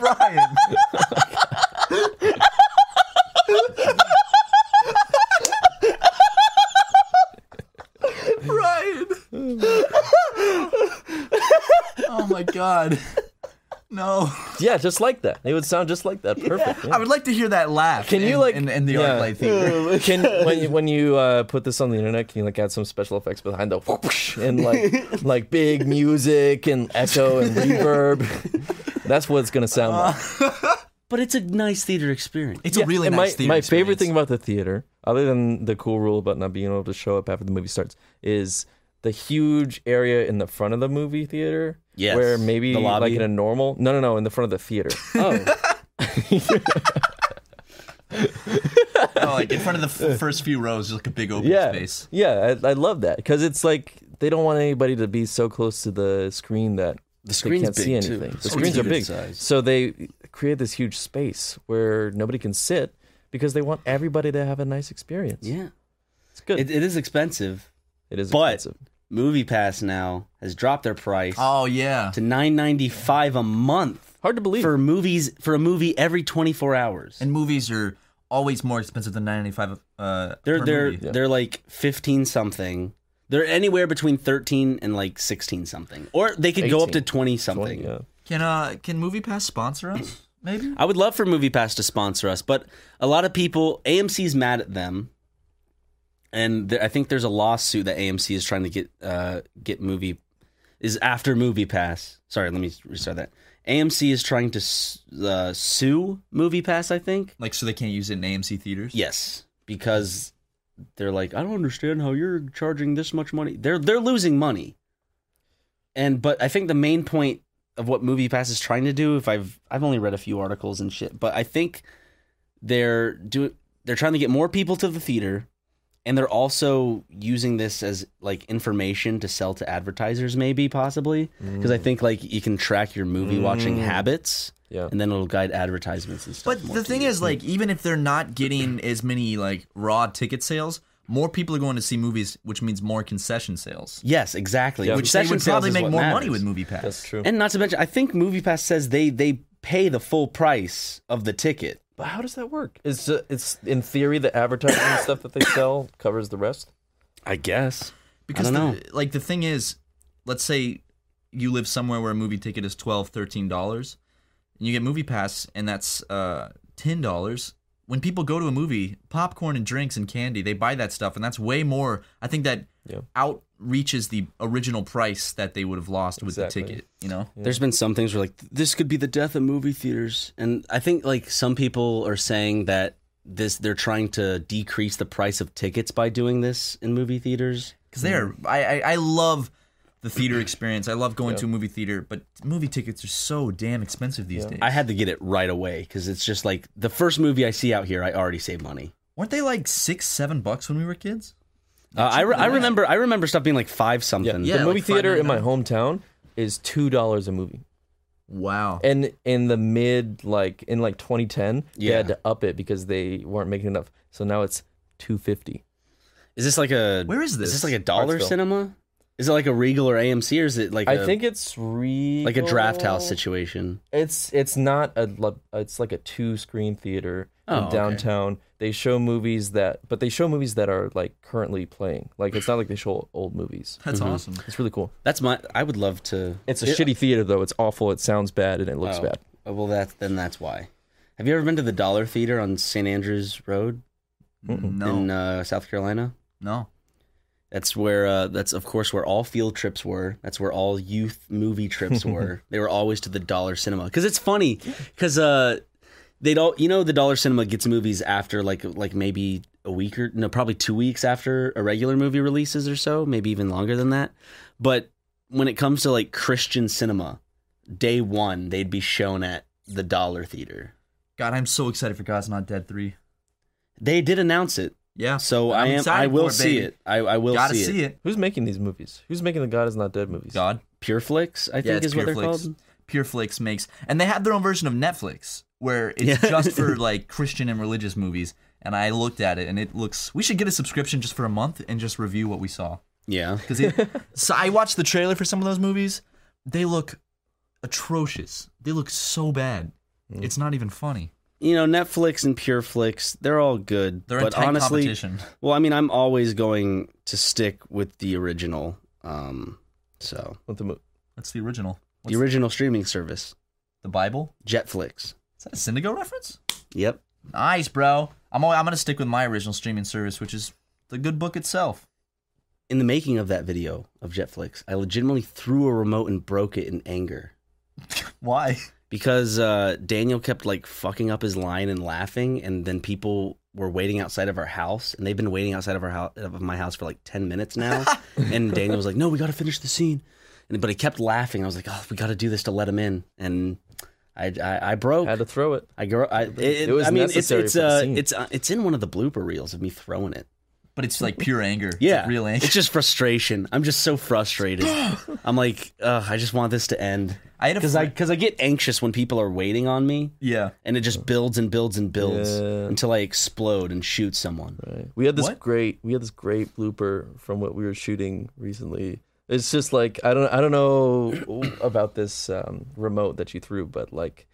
[SPEAKER 2] Ryan. Ryan. oh my god. No.
[SPEAKER 3] yeah, just like that. It would sound just like that. Perfect.
[SPEAKER 2] I would like to hear that laugh.
[SPEAKER 3] Can you
[SPEAKER 2] in-
[SPEAKER 3] like
[SPEAKER 2] in, in the
[SPEAKER 3] yeah.
[SPEAKER 2] art light theater?
[SPEAKER 3] Can when you, when you uh, put this on the internet, can you like add some special effects behind the whoosh and like like big music and echo and reverb? That's what it's gonna sound like.
[SPEAKER 1] but it's a nice theater experience.
[SPEAKER 2] It's
[SPEAKER 3] Yeah,
[SPEAKER 2] a really
[SPEAKER 3] and
[SPEAKER 2] nice
[SPEAKER 3] my,
[SPEAKER 2] theater.
[SPEAKER 3] My favorite
[SPEAKER 2] experience.
[SPEAKER 3] thing about the theater, other than the cool rule about not being able to show up after the movie starts, is the huge area in the front of the movie theater.
[SPEAKER 1] Yes.
[SPEAKER 3] Where maybe
[SPEAKER 1] The
[SPEAKER 3] like
[SPEAKER 1] lobby.
[SPEAKER 3] in a normal no no no in the front of the theater.
[SPEAKER 1] oh,
[SPEAKER 2] Oh, like in front of the f- first few rows, there's like a big open
[SPEAKER 3] yeah.
[SPEAKER 2] space.
[SPEAKER 3] Yeah, I, I love that because it's like they don't want anybody to be so close to the screen that
[SPEAKER 1] the screen's
[SPEAKER 3] they can't
[SPEAKER 1] big
[SPEAKER 3] see
[SPEAKER 1] too.
[SPEAKER 3] anything. The screens are
[SPEAKER 1] good
[SPEAKER 3] big,
[SPEAKER 1] size.
[SPEAKER 3] so they create this huge space where nobody can sit because they want everybody to have a nice experience.
[SPEAKER 1] Yeah,
[SPEAKER 3] It's good.
[SPEAKER 1] it, it is expensive.
[SPEAKER 3] it is
[SPEAKER 1] but-
[SPEAKER 3] expensive.
[SPEAKER 1] Movie Pass now has dropped their price
[SPEAKER 2] Oh yeah.
[SPEAKER 1] to nine ninety five a month
[SPEAKER 3] Hard to believe.
[SPEAKER 1] for movies for a movie every twenty four hours.
[SPEAKER 2] And movies are always more expensive than 9.95 uh
[SPEAKER 1] they're
[SPEAKER 2] per
[SPEAKER 1] they're
[SPEAKER 2] movie.
[SPEAKER 1] they're like fifteen something. They're anywhere between thirteen and like sixteen something, or they could go up to
[SPEAKER 3] 18,
[SPEAKER 1] twenty
[SPEAKER 3] Well,
[SPEAKER 1] something.
[SPEAKER 3] yeah.
[SPEAKER 2] Can uh can MoviePass sponsor us? Maybe.
[SPEAKER 1] I would love for MoviePass to sponsor us, but a lot of people, AMC's mad at them, and there, I think there's a lawsuit that AMC is trying to get uh, get movie is after MoviePass. Sorry, let me restart that. AMC is trying to s- uh, sue MoviePass. I think
[SPEAKER 2] Like so they can't use it in AMC theaters.
[SPEAKER 1] yes, because they're like, I don't understand how you're charging this much money. They're they're losing money, and but I think the main point of what MoviePass is trying to do, if I've I've only read a few articles and shit, but I think they're do they're trying to get more people to the theater, and they're also using this as like information to sell to advertisers, maybe possibly because I think like you can track your movie watching habits,
[SPEAKER 3] Yeah.
[SPEAKER 1] and then it'll guide advertisements and stuff.
[SPEAKER 2] But
[SPEAKER 1] more
[SPEAKER 2] the
[SPEAKER 1] to
[SPEAKER 2] thing
[SPEAKER 1] you.
[SPEAKER 2] is like even if they're not getting as many like raw ticket sales, more people are going to see movies, which means more concession sales.
[SPEAKER 1] Yes, exactly.
[SPEAKER 3] Yeah.
[SPEAKER 1] Which
[SPEAKER 2] Which they would probably make more money with MoviePass.
[SPEAKER 3] That's true.
[SPEAKER 1] And not to mention, I think MoviePass says they they pay the full price of the ticket.
[SPEAKER 3] But how does that work? It's ju- it's in theory the advertising and stuff that they sell covers the rest.
[SPEAKER 1] I guess.
[SPEAKER 2] Because
[SPEAKER 1] don't
[SPEAKER 2] the, like the thing is, let's say you live somewhere where a movie ticket is 12 13 dollars and you get movie pass and that's uh, ten dollars when people go to a movie popcorn and drinks and candy they buy that stuff and that's way more i think that
[SPEAKER 3] Yeah.
[SPEAKER 2] outreaches the original price that they would have lost with
[SPEAKER 3] Exactly.
[SPEAKER 2] the ticket you know
[SPEAKER 1] There's been some things where like this could be the death of movie theaters, and I think like some people are saying that this they're trying to decrease the price of tickets by doing this in movie theaters.
[SPEAKER 2] because they are I, I i love the theater experience i love going to a movie theater but movie tickets are so damn expensive these days
[SPEAKER 1] I had to get it right away because it's just like the first movie I see out here, I already save money.
[SPEAKER 2] weren't they like six seven bucks when we were kids
[SPEAKER 1] Uh, I, re- I remember I remember stuff being like five something.
[SPEAKER 2] Yeah,
[SPEAKER 3] the movie
[SPEAKER 2] like
[SPEAKER 3] theater in my hometown is two dollars a movie,
[SPEAKER 2] wow
[SPEAKER 3] and in the mid like in like 2010, they
[SPEAKER 1] Yeah.
[SPEAKER 3] had to up it because they weren't making enough. So now it's two fifty.
[SPEAKER 1] Is this like a
[SPEAKER 2] Where is this?
[SPEAKER 1] Is this like a dollar
[SPEAKER 3] Hartsville. cinema?
[SPEAKER 1] cinema? Is it like a Regal or AMC or is it like
[SPEAKER 3] I
[SPEAKER 1] a
[SPEAKER 3] think it's re
[SPEAKER 1] like a draft house situation?
[SPEAKER 3] It's it's not a lo- it's like a two screen theater
[SPEAKER 1] Oh,
[SPEAKER 3] in
[SPEAKER 1] okay.
[SPEAKER 3] downtown. They show movies that but they show movies that are like currently playing. Like it's not like they show old movies.
[SPEAKER 2] that's awesome
[SPEAKER 3] It's really cool.
[SPEAKER 1] That's my. I would love to.
[SPEAKER 3] It's a shitty theater though. It's awful. It sounds bad and it looks
[SPEAKER 1] Oh,
[SPEAKER 3] bad.
[SPEAKER 1] oh, well, that then that's why. Have you ever been to the Dollar Theater on St. Andrews Road
[SPEAKER 2] No,
[SPEAKER 1] in uh, South Carolina?
[SPEAKER 2] no.
[SPEAKER 1] That's where uh, that's of course where all field trips were. That's where all youth movie trips were. they were always to the dollar cinema because it's funny because uh, they'd all you know the dollar cinema gets movies after like like maybe a week or no probably two weeks after a regular movie releases or so maybe even longer than that. But when it comes to like Christian cinema, day one they'd be shown at the dollar theater.
[SPEAKER 2] God, I'm so excited for God's Not Dead three.
[SPEAKER 1] They did announce it,
[SPEAKER 2] Yeah,
[SPEAKER 1] so
[SPEAKER 2] I'm
[SPEAKER 1] I am.
[SPEAKER 2] excited
[SPEAKER 1] I will
[SPEAKER 2] for it,
[SPEAKER 1] see
[SPEAKER 2] baby.
[SPEAKER 1] it. I, I will
[SPEAKER 2] Gotta
[SPEAKER 1] see, it.
[SPEAKER 2] see it.
[SPEAKER 3] Who's making these movies? Who's making the God is Not Dead movies?
[SPEAKER 2] God,
[SPEAKER 1] Pure Flicks, I think
[SPEAKER 2] it's
[SPEAKER 1] is what they're
[SPEAKER 2] Pure Flix.
[SPEAKER 1] called.
[SPEAKER 2] Pure Flix makes, and they have their own version of Netflix where it's
[SPEAKER 1] Yeah.
[SPEAKER 2] just for like Christian and religious movies. And I looked at it, and it looks. We should get a subscription just for a month and just review what we saw.
[SPEAKER 1] Yeah.
[SPEAKER 2] Because it, so I watched the trailer for some of those movies. They look atrocious. They look so bad.
[SPEAKER 1] Mm.
[SPEAKER 2] It's not even funny.
[SPEAKER 1] you know Netflix and Pure Flix, they're all good.
[SPEAKER 2] They're in
[SPEAKER 1] but
[SPEAKER 2] tight
[SPEAKER 1] honestly,
[SPEAKER 2] competition.
[SPEAKER 1] well, I mean, I'm always going to stick with the original. Um, so
[SPEAKER 3] With the mo-
[SPEAKER 2] That's the original. What's
[SPEAKER 1] the original streaming service,
[SPEAKER 2] the Bible?
[SPEAKER 1] Jetflix.
[SPEAKER 2] Is that a Syndigo reference?
[SPEAKER 1] Yep.
[SPEAKER 2] Nice, bro. I'm al- I'm gonna stick with my original streaming service, which is the good book itself.
[SPEAKER 1] In the making of that video of Jetflix, I legitimately threw a remote and broke it in anger
[SPEAKER 2] Why?
[SPEAKER 1] because uh, Daniel kept like fucking up his line and laughing, and then people were waiting outside of our house, and they've been waiting outside of our house of my house for like ten minutes now, and Daniel was like, "No, we got to finish the scene," and but he kept laughing. I was like, "Oh, we got to do this to let him in," and I I, I broke.
[SPEAKER 3] had to throw it.
[SPEAKER 1] I grew. I, it,
[SPEAKER 3] It was
[SPEAKER 1] I mean, it's
[SPEAKER 3] necessary
[SPEAKER 1] it's
[SPEAKER 3] for the
[SPEAKER 1] uh,
[SPEAKER 3] scene.
[SPEAKER 1] it's uh, it's in one of the blooper reels of me throwing it.
[SPEAKER 2] But it's like pure anger. It's, like,
[SPEAKER 1] Yeah,
[SPEAKER 2] real anger.
[SPEAKER 1] It's just frustration. I'm just so frustrated. I'm like, Ugh, I just want this to end
[SPEAKER 2] I had a
[SPEAKER 1] because I
[SPEAKER 2] friend-
[SPEAKER 1] because I get anxious when people are waiting on me,
[SPEAKER 2] yeah.
[SPEAKER 1] and it just builds and builds and builds
[SPEAKER 3] Yeah.
[SPEAKER 1] until I explode and shoot someone.
[SPEAKER 3] Right. We had this
[SPEAKER 2] What?
[SPEAKER 3] great we had this great blooper from what we were shooting recently. It's just like I don't I don't know about this um, remote that you threw, but like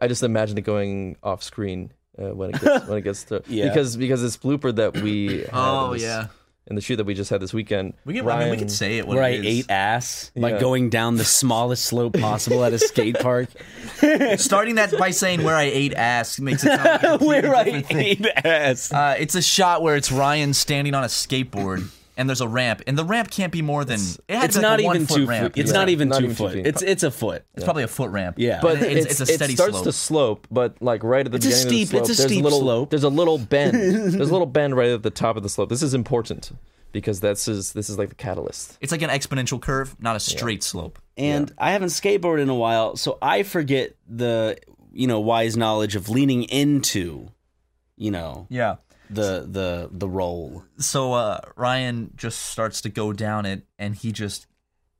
[SPEAKER 3] I just imagine it going off screen uh, when it gets when it gets through.
[SPEAKER 1] Yeah.
[SPEAKER 3] Because because this blooper that we had in
[SPEAKER 2] Oh
[SPEAKER 3] this-
[SPEAKER 2] yeah.
[SPEAKER 3] in the shoot that we just had this weekend.
[SPEAKER 2] We can. I mean, we
[SPEAKER 3] Ryan-
[SPEAKER 2] can say it. What
[SPEAKER 1] Where I
[SPEAKER 2] it is.
[SPEAKER 1] ate ass by
[SPEAKER 3] Yeah.
[SPEAKER 1] going down the smallest slope possible at a skate park.
[SPEAKER 2] Starting that by saying where I ate ass makes it sound like a completely
[SPEAKER 1] Where I
[SPEAKER 2] different thing.
[SPEAKER 1] ate ass.
[SPEAKER 2] Uh, it's a shot where it's Ryan standing on a skateboard and there's a ramp, and the ramp can't be more than it had
[SPEAKER 1] It's
[SPEAKER 2] to be like
[SPEAKER 1] not
[SPEAKER 2] a one
[SPEAKER 1] even
[SPEAKER 2] foot
[SPEAKER 1] two.
[SPEAKER 2] ramp.
[SPEAKER 1] Foot. It's
[SPEAKER 2] Yeah.
[SPEAKER 1] not even
[SPEAKER 3] Not
[SPEAKER 1] two
[SPEAKER 3] even two
[SPEAKER 1] foot.
[SPEAKER 3] feet.
[SPEAKER 1] It's it's a foot.
[SPEAKER 2] It's probably a foot ramp.
[SPEAKER 1] Yeah.
[SPEAKER 3] But
[SPEAKER 2] And it's-
[SPEAKER 3] it's,
[SPEAKER 2] it's a steady
[SPEAKER 3] it starts
[SPEAKER 2] slope.
[SPEAKER 3] to slope, but like right at the
[SPEAKER 1] It's a
[SPEAKER 3] beginning
[SPEAKER 1] steep-
[SPEAKER 3] of the slope,
[SPEAKER 1] it's a
[SPEAKER 3] there's
[SPEAKER 1] steep
[SPEAKER 3] a little
[SPEAKER 1] slope.
[SPEAKER 3] there's a little bend. there's a little bend right at the top of the slope. This is important because that's is this is like the catalyst.
[SPEAKER 2] It's like an exponential curve, not a straight slope.
[SPEAKER 1] and I haven't skateboarded in a while, so I forget the you know wise knowledge of leaning into, you know,
[SPEAKER 2] Yeah.
[SPEAKER 1] the the the roll.
[SPEAKER 2] So uh, Ryan just starts to go down it, and he just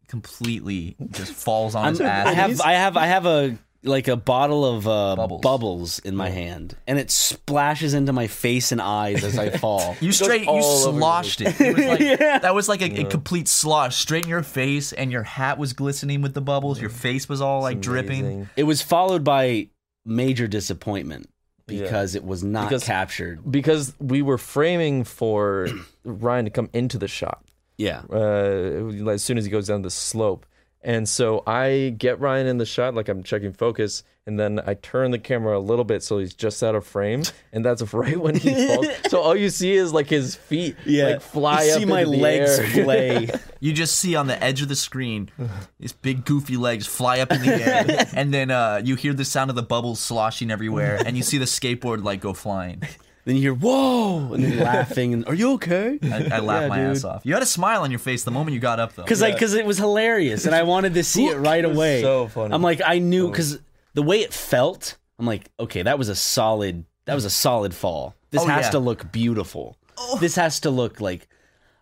[SPEAKER 2] completely just falls on his
[SPEAKER 1] I'm-
[SPEAKER 2] ass.
[SPEAKER 1] I have I have I have a like a bottle of uh,
[SPEAKER 2] Bubbles.
[SPEAKER 1] bubbles. in my hand, and it splashes into my face and eyes as I fall.
[SPEAKER 2] You straight, you
[SPEAKER 3] all over the
[SPEAKER 2] sloshed it. It was like, That was like a, a complete slosh, straight in your face, and your hat was glistening with the bubbles. Your face was all like dripping.
[SPEAKER 3] Amazing.
[SPEAKER 1] it was followed by major disappointment
[SPEAKER 3] Yeah.
[SPEAKER 1] because it was not
[SPEAKER 3] Because-
[SPEAKER 1] captured.
[SPEAKER 3] Because we were framing for Ryan to come into the shot
[SPEAKER 1] Yeah,
[SPEAKER 3] uh, as soon as he goes down the slope. And so I get Ryan in the shot, like I'm checking focus, and then I turn the camera a little bit so he's just out of frame, and that's right when he falls. so all you see is like his feet, like fly
[SPEAKER 1] you
[SPEAKER 3] up
[SPEAKER 1] See my
[SPEAKER 3] into the
[SPEAKER 1] legs
[SPEAKER 3] air.
[SPEAKER 1] flay.
[SPEAKER 2] You just see on the edge of the screen his big goofy legs fly up in the air, and then uh, you hear the sound of the bubbles sloshing everywhere, and you see the skateboard like go flying.
[SPEAKER 1] then you hear whoa, and then laughing, and are you okay?
[SPEAKER 2] I, I laugh my ass off. You had a smile on your face the moment you got up, though.
[SPEAKER 1] because like because it was hilarious and I wanted to see it right away.
[SPEAKER 3] so funny.
[SPEAKER 1] I'm like I knew because the way it felt. I'm like okay, that was a solid that was a solid fall. This
[SPEAKER 2] Oh,
[SPEAKER 1] has
[SPEAKER 2] yeah. Oh.
[SPEAKER 1] to look beautiful. This has to look like.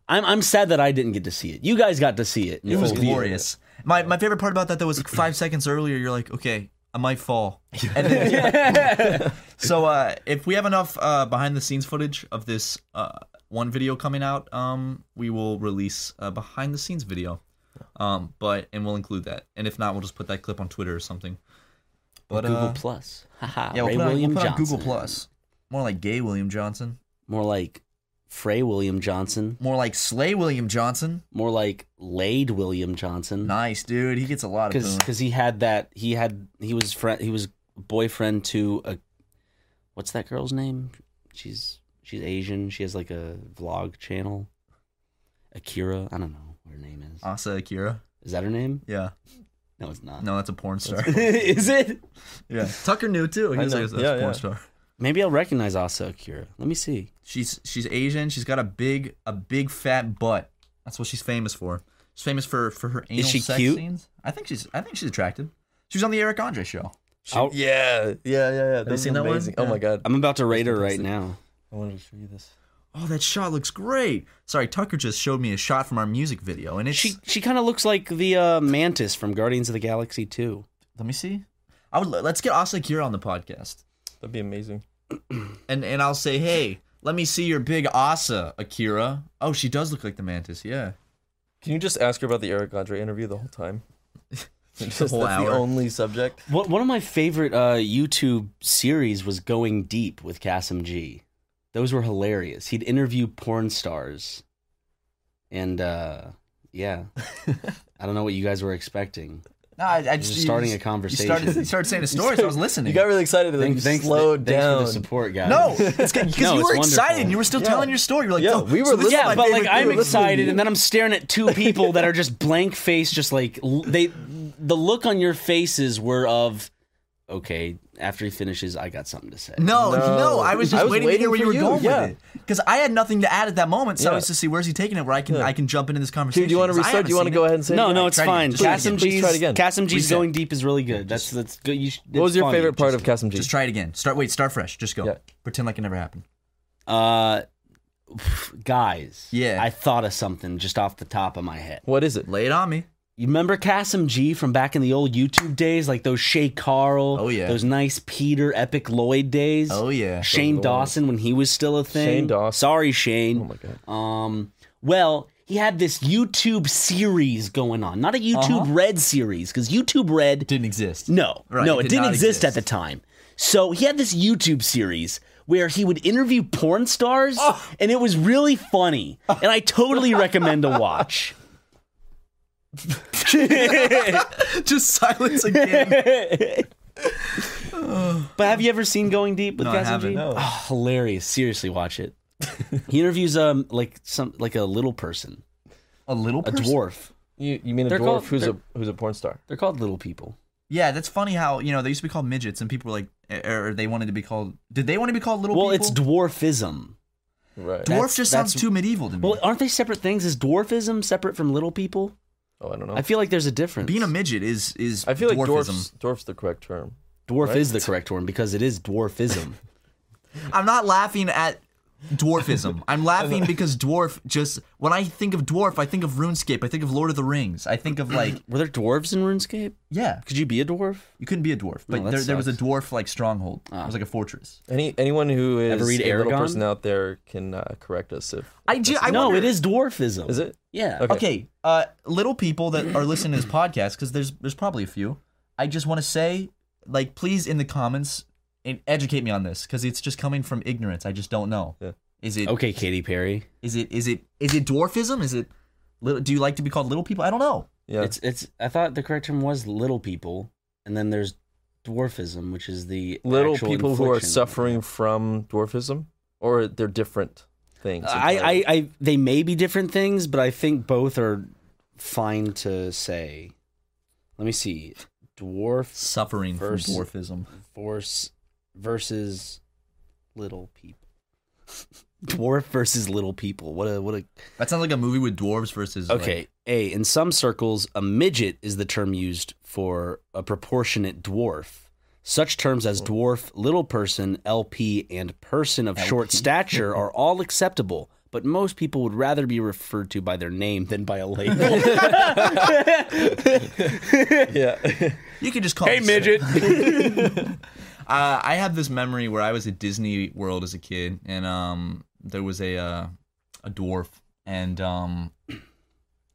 [SPEAKER 1] I'm I'm sad that I didn't get to see it. You guys got to see it. in
[SPEAKER 2] It was
[SPEAKER 1] full view.
[SPEAKER 2] glorious. My my favorite part about that though was like five seconds earlier. You're like, okay, I might fall. And then, so uh, if we have enough uh, behind the scenes footage of this uh, one video coming out, um, we will release a behind the scenes video. Um, but and we'll include that. And if not, we'll just put that clip on Twitter or something. But
[SPEAKER 1] Google
[SPEAKER 2] uh,
[SPEAKER 1] Plus. Haha.
[SPEAKER 2] yeah, we'll
[SPEAKER 1] Ray
[SPEAKER 2] put, it on, we'll
[SPEAKER 1] William
[SPEAKER 2] put it on
[SPEAKER 1] Johnson.
[SPEAKER 2] Google Plus. More like Gay William Johnson.
[SPEAKER 1] More like Frey William Johnson.
[SPEAKER 2] More like Slay William Johnson.
[SPEAKER 1] More like Laid William Johnson.
[SPEAKER 2] Nice dude. He gets a lot of
[SPEAKER 1] because
[SPEAKER 2] boom.
[SPEAKER 1] because he had that he had he was friend he was boyfriend to a what's that girl's name she's she's asian she has like a vlog channel Akira. I don't know what her name is.
[SPEAKER 2] Asa Akira.
[SPEAKER 1] Is that her name?
[SPEAKER 2] Yeah.
[SPEAKER 1] No, it's not.
[SPEAKER 2] No, that's a porn star.
[SPEAKER 1] is it?
[SPEAKER 2] yeah. Tucker knew too. He
[SPEAKER 3] I
[SPEAKER 2] was
[SPEAKER 3] know.
[SPEAKER 2] like, that's
[SPEAKER 3] Yeah,
[SPEAKER 2] a porn
[SPEAKER 3] yeah.
[SPEAKER 2] star.
[SPEAKER 1] Maybe I'll recognize Asa Akira. Let me see.
[SPEAKER 2] She's she's Asian. She's got a big a big fat butt. That's what she's famous for. She's famous for for her anal
[SPEAKER 1] she
[SPEAKER 2] sex
[SPEAKER 1] cute?
[SPEAKER 2] scenes. I think she's I think she's attractive. She was on the Eric Andre show.
[SPEAKER 1] I'll-
[SPEAKER 3] Yeah, yeah, yeah, yeah. Have
[SPEAKER 2] seen that one?
[SPEAKER 3] Oh
[SPEAKER 2] Yeah.
[SPEAKER 3] my god,
[SPEAKER 1] I'm about to rate her right now.
[SPEAKER 3] I wanted to show you this.
[SPEAKER 2] Oh, that shot looks great. Sorry, Tucker just showed me a shot from our music video, and it's
[SPEAKER 1] She she kind of looks like the uh, mantis from Guardians of the Galaxy 2.
[SPEAKER 2] let me see. I would let's get Asa Akira on the podcast,
[SPEAKER 3] That'd be amazing.
[SPEAKER 2] and and I'll say, hey, let me see your big Asa Akira. Oh, she does look like the mantis. Yeah,
[SPEAKER 3] Can you just ask her about the Eric Andre interview the whole time? Just,
[SPEAKER 2] whole
[SPEAKER 3] that's
[SPEAKER 2] hour.
[SPEAKER 3] the only subject.
[SPEAKER 1] What one of my favorite uh, YouTube series was Going Deep with Kasim G. Those were hilarious. He'd interview porn stars, and uh, yeah, I don't know what you guys were expecting.
[SPEAKER 2] no, I, I
[SPEAKER 1] Just
[SPEAKER 2] you-
[SPEAKER 1] starting
[SPEAKER 2] you-
[SPEAKER 1] a conversation.
[SPEAKER 2] You started, you started saying the stories. I was listening.
[SPEAKER 3] You got really excited and then
[SPEAKER 1] Thank-
[SPEAKER 3] you
[SPEAKER 1] thanks,
[SPEAKER 3] slowed
[SPEAKER 1] thanks
[SPEAKER 3] down.
[SPEAKER 1] for the support, guys.
[SPEAKER 2] No, because
[SPEAKER 1] No,
[SPEAKER 2] you
[SPEAKER 1] it's
[SPEAKER 2] were
[SPEAKER 1] wonderful.
[SPEAKER 2] excited and you were still
[SPEAKER 3] Yeah.
[SPEAKER 2] telling your story. You were like,
[SPEAKER 3] Yeah,
[SPEAKER 2] "Yo,
[SPEAKER 3] we
[SPEAKER 2] so
[SPEAKER 3] were
[SPEAKER 2] this is
[SPEAKER 3] listening.
[SPEAKER 2] my
[SPEAKER 1] yeah, but like
[SPEAKER 2] favorite
[SPEAKER 1] I'm
[SPEAKER 2] thing."
[SPEAKER 1] excited, and then I'm staring at two people that are just blank faced, just like l- they. The look on your faces were of, okay. After he finishes, I got something to say.
[SPEAKER 2] No, no,
[SPEAKER 3] No.
[SPEAKER 2] I was just
[SPEAKER 3] I was
[SPEAKER 2] waiting, to hear
[SPEAKER 3] waiting
[SPEAKER 2] where you
[SPEAKER 3] for
[SPEAKER 2] were
[SPEAKER 3] you,
[SPEAKER 2] going
[SPEAKER 3] yeah.
[SPEAKER 2] with it because I had nothing to add at that moment. So I
[SPEAKER 3] Yeah.
[SPEAKER 2] was just see where's he taking it, where I can I can jump into this conversation.
[SPEAKER 3] Dude, do you want to
[SPEAKER 2] 'cause I
[SPEAKER 3] restart? Do you
[SPEAKER 2] haven't
[SPEAKER 3] want
[SPEAKER 2] seen
[SPEAKER 3] to go
[SPEAKER 2] it.
[SPEAKER 3] ahead and say?
[SPEAKER 1] No,
[SPEAKER 3] it?
[SPEAKER 1] no, it's
[SPEAKER 2] Try it again.
[SPEAKER 1] fine.
[SPEAKER 2] Please try it
[SPEAKER 1] Kasim
[SPEAKER 2] again.
[SPEAKER 3] Please
[SPEAKER 1] G's
[SPEAKER 3] try it again.
[SPEAKER 1] Kasim G's
[SPEAKER 2] Reset.
[SPEAKER 1] going deep is really good. That's that's good. You, sh-
[SPEAKER 3] What was
[SPEAKER 1] it's
[SPEAKER 3] your
[SPEAKER 1] funny.
[SPEAKER 3] favorite part of Kasim G?
[SPEAKER 2] Just try it again. Start. Wait. Start fresh. Just go.
[SPEAKER 3] Yeah.
[SPEAKER 2] Pretend like it never happened.
[SPEAKER 1] Uh, guys.
[SPEAKER 2] Yeah.
[SPEAKER 1] I thought of something just off the top of my head.
[SPEAKER 3] What is it?
[SPEAKER 2] Lay it on me.
[SPEAKER 1] You remember Kasim G from back in the old YouTube days, like those Shay Carl,
[SPEAKER 2] Oh, yeah.
[SPEAKER 1] those nice Peter Epic Lloyd days.
[SPEAKER 2] Oh yeah.
[SPEAKER 1] Shane
[SPEAKER 3] Lord.
[SPEAKER 1] Dawson when he was still a thing.
[SPEAKER 3] Shane Dawson.
[SPEAKER 1] Sorry, Shane.
[SPEAKER 3] Oh my god.
[SPEAKER 1] Um, well, he had this YouTube series going on, not a YouTube
[SPEAKER 2] Uh-huh.
[SPEAKER 1] Red series, because YouTube Red
[SPEAKER 2] Didn't exist.
[SPEAKER 1] no,
[SPEAKER 2] Right,
[SPEAKER 1] no,
[SPEAKER 2] it
[SPEAKER 1] it,
[SPEAKER 2] did
[SPEAKER 1] didn't
[SPEAKER 2] not
[SPEAKER 1] exist, at
[SPEAKER 2] exist.
[SPEAKER 1] the time. So he had this YouTube series where he would interview porn stars,
[SPEAKER 2] Oh.
[SPEAKER 1] and it was really funny. And I totally recommend a watch.
[SPEAKER 2] just silence again.
[SPEAKER 1] But have you ever seen Going Deep with
[SPEAKER 2] No, I
[SPEAKER 1] Cassidy?
[SPEAKER 2] haven't. No.
[SPEAKER 1] Oh, hilarious! Seriously, watch it. he interviews um like some like a little person,
[SPEAKER 2] a little
[SPEAKER 1] a
[SPEAKER 2] person?
[SPEAKER 1] dwarf.
[SPEAKER 3] You, you mean a
[SPEAKER 1] They're
[SPEAKER 3] dwarf
[SPEAKER 1] called-
[SPEAKER 3] who's
[SPEAKER 1] they're-
[SPEAKER 3] a who's a porn star?
[SPEAKER 1] They're called little people.
[SPEAKER 2] Yeah, that's funny how you know they used to be called midgets and people were like, eh, or or they wanted to be called. Did they want to be called little?
[SPEAKER 1] Well,
[SPEAKER 2] people?
[SPEAKER 1] it's dwarfism.
[SPEAKER 3] Right.
[SPEAKER 2] Dwarf
[SPEAKER 1] That's-
[SPEAKER 2] just sounds
[SPEAKER 1] that's-
[SPEAKER 2] too medieval to me.
[SPEAKER 1] Well, aren't they separate things? Is dwarfism separate from little people?
[SPEAKER 3] Oh, I don't know.
[SPEAKER 1] I feel like there's a difference.
[SPEAKER 2] Being a midget is is
[SPEAKER 3] I feel like
[SPEAKER 2] dwarfism.
[SPEAKER 3] dwarfs dwarfs the correct term.
[SPEAKER 1] dwarf is the correct term because it is dwarfism.
[SPEAKER 2] I'm not laughing at dwarfism. I'm laughing because dwarf just when I think of dwarf, I think of RuneScape, I think of Lord of the Rings. I think of like
[SPEAKER 1] Were there dwarves in RuneScape?
[SPEAKER 2] yeah,
[SPEAKER 1] Could you be a dwarf?
[SPEAKER 2] you couldn't be a dwarf, but
[SPEAKER 1] No, that
[SPEAKER 2] there, there was a
[SPEAKER 1] sucks.
[SPEAKER 2] dwarf like stronghold.
[SPEAKER 3] Ah.
[SPEAKER 2] It was like a fortress.
[SPEAKER 3] Any anyone who is
[SPEAKER 1] Ever read
[SPEAKER 3] a little
[SPEAKER 1] Aragon?
[SPEAKER 3] person out there can uh, correct us if
[SPEAKER 2] I ju- I
[SPEAKER 1] no,
[SPEAKER 2] wonder-
[SPEAKER 1] it is dwarfism.
[SPEAKER 3] is it.
[SPEAKER 1] Yeah.
[SPEAKER 3] Okay.
[SPEAKER 2] Okay, uh, little people that are listening to this podcast, because there's there's probably a few. I just want to say, like, please in the comments, and educate me on this, because it's just coming from ignorance. I just don't know.
[SPEAKER 3] Yeah.
[SPEAKER 2] Is it
[SPEAKER 1] Okay, Katy Perry.
[SPEAKER 2] is it is it is it dwarfism? Is it little? Do you like to be called little people? I don't know.
[SPEAKER 3] Yeah.
[SPEAKER 1] It's it's. I thought the correct term was little people, and then there's dwarfism, which is the
[SPEAKER 3] little
[SPEAKER 1] actual
[SPEAKER 3] people who are
[SPEAKER 1] infliction.
[SPEAKER 3] suffering from dwarfism, or they're different things.
[SPEAKER 1] I, I, I, they may be different things, but I think both are fine to say. Let me see. Dwarf
[SPEAKER 2] Suffering
[SPEAKER 1] Verse-
[SPEAKER 2] from dwarfism.
[SPEAKER 1] force versus little people. Dwarf versus little people. What a what a
[SPEAKER 2] That sounds like a movie with dwarves versus. like-
[SPEAKER 1] Okay. A, in some circles, a midget is the term used for a proportionate dwarf. Such terms as dwarf, little person, LP, and person of short stature are all acceptable, but most people would rather be referred to by their name than by a label.
[SPEAKER 3] yeah.
[SPEAKER 2] you could just call. Hey, midget. uh, I have this memory where I was at Disney World as a kid, and um, there was a uh, a dwarf, and um, and,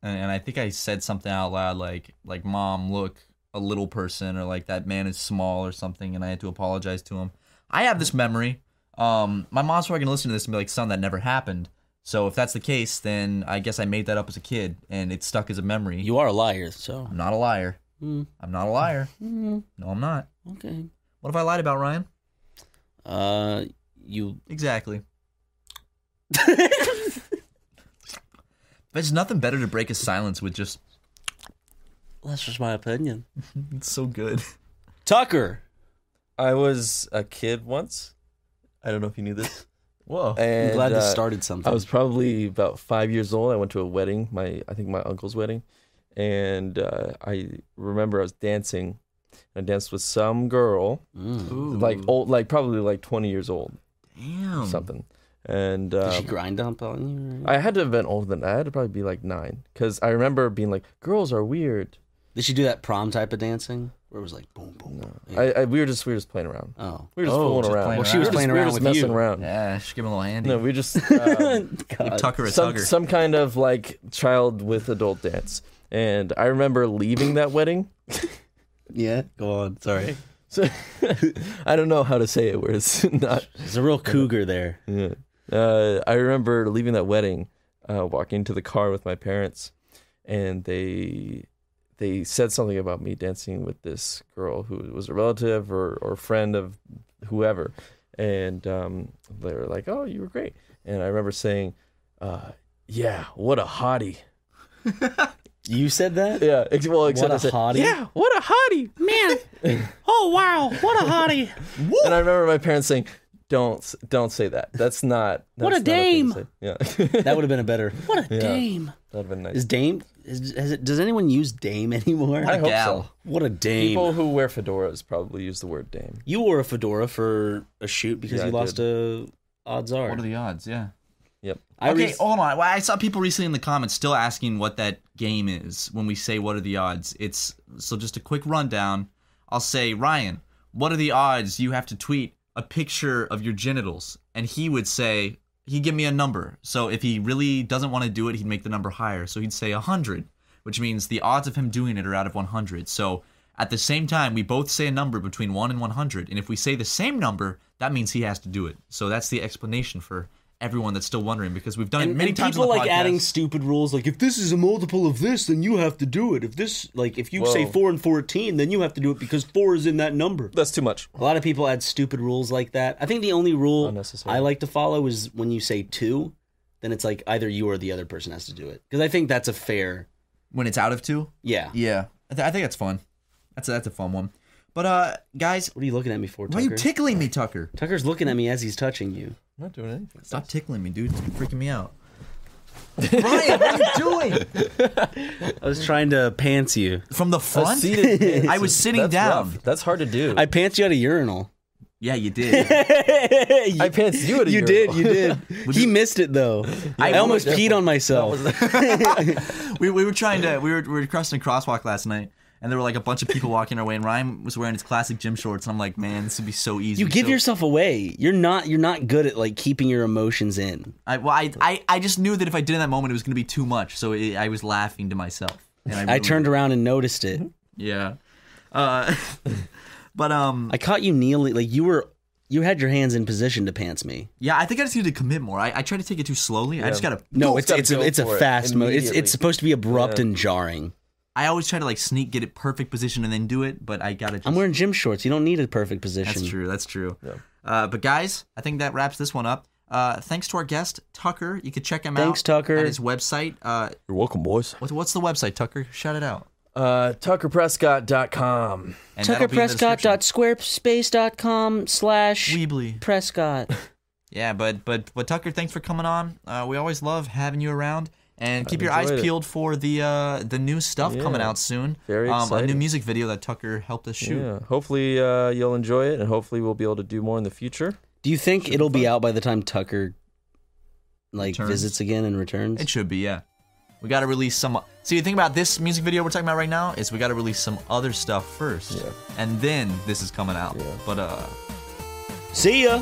[SPEAKER 2] and I think I said something out loud like like Mom, look, a little person, or like that man is small, or something, and I had to apologize to him. I have this memory. Um, my mom's probably gonna listen to this and be like, "Son, that never happened." So if that's the case, then I guess I made that up as a kid, and it stuck as a memory.
[SPEAKER 1] you are a liar, so.
[SPEAKER 2] I'm not a liar. I'm not a liar.
[SPEAKER 1] Mm-hmm.
[SPEAKER 2] No, I'm not.
[SPEAKER 1] Okay.
[SPEAKER 2] What if I lied about Ryan?
[SPEAKER 1] Uh, you.
[SPEAKER 2] Exactly. There's nothing better to break a silence with just.
[SPEAKER 1] That's just my opinion.
[SPEAKER 2] It's so good.
[SPEAKER 1] Tucker.
[SPEAKER 3] I was a kid once. I don't know if you knew this.
[SPEAKER 2] Whoa.
[SPEAKER 3] And,
[SPEAKER 1] I'm glad this
[SPEAKER 3] uh,
[SPEAKER 1] started something.
[SPEAKER 3] I was probably about five years old. I went to a wedding, my I think my uncle's wedding, and uh, I remember I was dancing. I danced with some girl,
[SPEAKER 1] Mm.
[SPEAKER 3] like old, like probably like twenty years old,
[SPEAKER 2] damn.
[SPEAKER 3] something. And
[SPEAKER 1] Did she
[SPEAKER 3] um,
[SPEAKER 1] grind up on you? or-
[SPEAKER 3] I had to have been older than that. I had to probably be like nine, because I remember being like, "Girls are weird."
[SPEAKER 1] Did she do that prom type of dancing where it was like boom, boom, boom? Yeah.
[SPEAKER 3] I, I we were just we were just playing around.
[SPEAKER 1] oh,
[SPEAKER 3] We were just
[SPEAKER 2] Oh,
[SPEAKER 3] fooling
[SPEAKER 2] just
[SPEAKER 3] around.
[SPEAKER 2] playing
[SPEAKER 1] Well, she was
[SPEAKER 2] around.
[SPEAKER 1] playing
[SPEAKER 3] we were
[SPEAKER 1] around
[SPEAKER 3] just
[SPEAKER 1] with
[SPEAKER 3] messing
[SPEAKER 1] you.
[SPEAKER 3] around.
[SPEAKER 2] Yeah, just give him a little handy.
[SPEAKER 3] No, we just. um,
[SPEAKER 1] God.
[SPEAKER 2] Tucker a
[SPEAKER 3] some,
[SPEAKER 2] tugger.
[SPEAKER 3] some kind of like child with adult dance. And I remember leaving that wedding.
[SPEAKER 1] Yeah, go on. Sorry,
[SPEAKER 3] So I don't know how to say it where it's not.
[SPEAKER 1] there's a real cougar there.
[SPEAKER 3] Yeah. Uh, I remember leaving that wedding, uh, walking to the car with my parents, and they they said something about me dancing with this girl who was a relative or or friend of whoever, and um, they were like, "Oh, you were great," and I remember saying, uh, "Yeah, what a hottie."
[SPEAKER 1] You said that?
[SPEAKER 3] Yeah, ex- well, except
[SPEAKER 1] a
[SPEAKER 3] I said,
[SPEAKER 1] hottie.
[SPEAKER 3] Yeah, what a hottie, man!
[SPEAKER 1] Oh wow, what a hottie!
[SPEAKER 3] and I remember my parents saying, "Don't, s- don't say that. That's not that's
[SPEAKER 1] What a
[SPEAKER 3] not thing
[SPEAKER 1] dame.
[SPEAKER 3] to say." Yeah,
[SPEAKER 1] That would have been a better. What a
[SPEAKER 3] Yeah.
[SPEAKER 1] dame!
[SPEAKER 3] that'd been nice.
[SPEAKER 1] Is dame? Is, has it, does anyone use dame anymore?
[SPEAKER 3] I hope
[SPEAKER 2] Gal.
[SPEAKER 3] so.
[SPEAKER 1] What a dame!
[SPEAKER 3] People who wear fedoras probably use the word dame.
[SPEAKER 1] You wore a fedora for a shoot because
[SPEAKER 3] Yeah,
[SPEAKER 1] you
[SPEAKER 3] I
[SPEAKER 1] lost a odds are.
[SPEAKER 2] What are the odds? Yeah.
[SPEAKER 3] Yep.
[SPEAKER 1] I
[SPEAKER 2] okay,
[SPEAKER 1] res-
[SPEAKER 2] hold on. Well, I saw people recently in the comments still asking what that game is when we say what are the odds. It's so just a quick rundown. I'll say, Ryan, what are the odds you have to tweet a picture of your genitals? And he would say, he'd give me a number. So if he really doesn't want to do it, he'd make the number higher. So he'd say 100, which means the odds of him doing it are out of 100. So at the same time, we both say a number between 1 and 100. And if we say the same number, that means he has to do it. So that's the explanation for everyone that's still wondering because we've done it
[SPEAKER 1] and,
[SPEAKER 2] many
[SPEAKER 1] and
[SPEAKER 2] times
[SPEAKER 1] people
[SPEAKER 2] on the
[SPEAKER 1] like
[SPEAKER 2] podcast.
[SPEAKER 1] adding stupid rules like if this is a multiple of this then you have to do it if this like if you say
[SPEAKER 3] Whoa.
[SPEAKER 1] 4 and 14 then you have to do it because 4 is in that number
[SPEAKER 3] That's too much.
[SPEAKER 1] a lot of people add stupid rules like that i think the only rule
[SPEAKER 3] Unnecessary.
[SPEAKER 1] i like to follow is when you say 2 then it's like either you or the other person has to do it because i think that's a fair
[SPEAKER 2] when it's out of 2.
[SPEAKER 1] yeah
[SPEAKER 2] Yeah. I, th- I think that's fun. That's a, that's a fun one. But uh guys,
[SPEAKER 1] what are you looking at me for
[SPEAKER 2] why are
[SPEAKER 1] tucker
[SPEAKER 2] you tickling me, Tucker?
[SPEAKER 1] tucker's looking at me as he's touching you
[SPEAKER 3] I'm not doing anything.
[SPEAKER 2] Stop tickling me, dude. It's freaking me out. Ryan, what are you doing?
[SPEAKER 1] i was trying to pants you
[SPEAKER 2] From the front? I was sitting
[SPEAKER 3] That's
[SPEAKER 2] down.
[SPEAKER 3] rough. That's hard to do.
[SPEAKER 1] i pants you at a urinal
[SPEAKER 2] Yeah, you did.
[SPEAKER 3] I pants you at a
[SPEAKER 1] you
[SPEAKER 3] urinal.
[SPEAKER 1] did, you did. he missed it though. I almost peed on myself.
[SPEAKER 2] we, we were trying to we were we were crossing a crosswalk last night. And there were like a bunch of people walking our way, and Ryan was wearing his classic gym shorts. And I'm like, man, this would be so easy.
[SPEAKER 1] you give
[SPEAKER 2] So-
[SPEAKER 1] yourself away. You're not. You're not good at like keeping your emotions in.
[SPEAKER 2] I, well, I, I, I just knew that if I did in that moment, it was going to be too much. So it, I was laughing to myself. And
[SPEAKER 1] I
[SPEAKER 2] really-
[SPEAKER 1] turned around and noticed
[SPEAKER 2] Mm-hmm.
[SPEAKER 1] it.
[SPEAKER 2] Yeah. Uh, but um,
[SPEAKER 1] I caught you kneeling. Like you were. You had your hands in position to pants me.
[SPEAKER 2] yeah, I think I just need to commit more. I, I tried to take it too slowly. I just got to.
[SPEAKER 1] No,
[SPEAKER 3] You
[SPEAKER 1] it's
[SPEAKER 3] gotta
[SPEAKER 1] it's a,
[SPEAKER 3] go
[SPEAKER 1] it's
[SPEAKER 3] for
[SPEAKER 1] a
[SPEAKER 3] it
[SPEAKER 1] fast mo It's
[SPEAKER 3] immediately.
[SPEAKER 1] it's supposed to be abrupt and jarring.
[SPEAKER 2] I always try to like sneak, get it perfect position, and then do it. But I got to.
[SPEAKER 1] I'm wearing gym shorts. You don't need a perfect position.
[SPEAKER 2] That's true. That's true. Uh, but guys, I think that wraps this one up. Uh, thanks to our guest Tucker. You could check him out.
[SPEAKER 1] Thanks, Tucker.
[SPEAKER 2] At his website. Uh,
[SPEAKER 3] You're welcome, boys.
[SPEAKER 2] what, what's the website, Tucker? Shout it out.
[SPEAKER 3] Uh, TuckerPrescott.com.
[SPEAKER 2] And that'll be in the description.
[SPEAKER 1] TuckerPrescott.squarespace.com slash
[SPEAKER 2] Weebly.
[SPEAKER 1] Prescott.
[SPEAKER 2] Yeah, but but but Tucker, thanks for coming on. Uh, we always love having you around, and keep your eyes
[SPEAKER 3] enjoyed it.
[SPEAKER 2] peeled for the uh, the new stuff coming
[SPEAKER 3] Yeah.
[SPEAKER 2] out soon. Um,
[SPEAKER 3] Very
[SPEAKER 2] A new
[SPEAKER 3] exciting.
[SPEAKER 2] music video that Tucker helped us shoot.
[SPEAKER 3] Yeah. Hopefully uh, you'll enjoy it, and hopefully we'll be able to do more in the future.
[SPEAKER 1] Do you think it'll be out by the time Tucker like
[SPEAKER 2] Returns.
[SPEAKER 1] visits again and returns?
[SPEAKER 2] It should be, yeah. We got to release some. See, the thing about this music video we're talking about right now is we got to release some other stuff first,
[SPEAKER 3] Yeah.
[SPEAKER 2] and then this is coming out.
[SPEAKER 3] Yeah.
[SPEAKER 2] But uh.
[SPEAKER 1] See ya.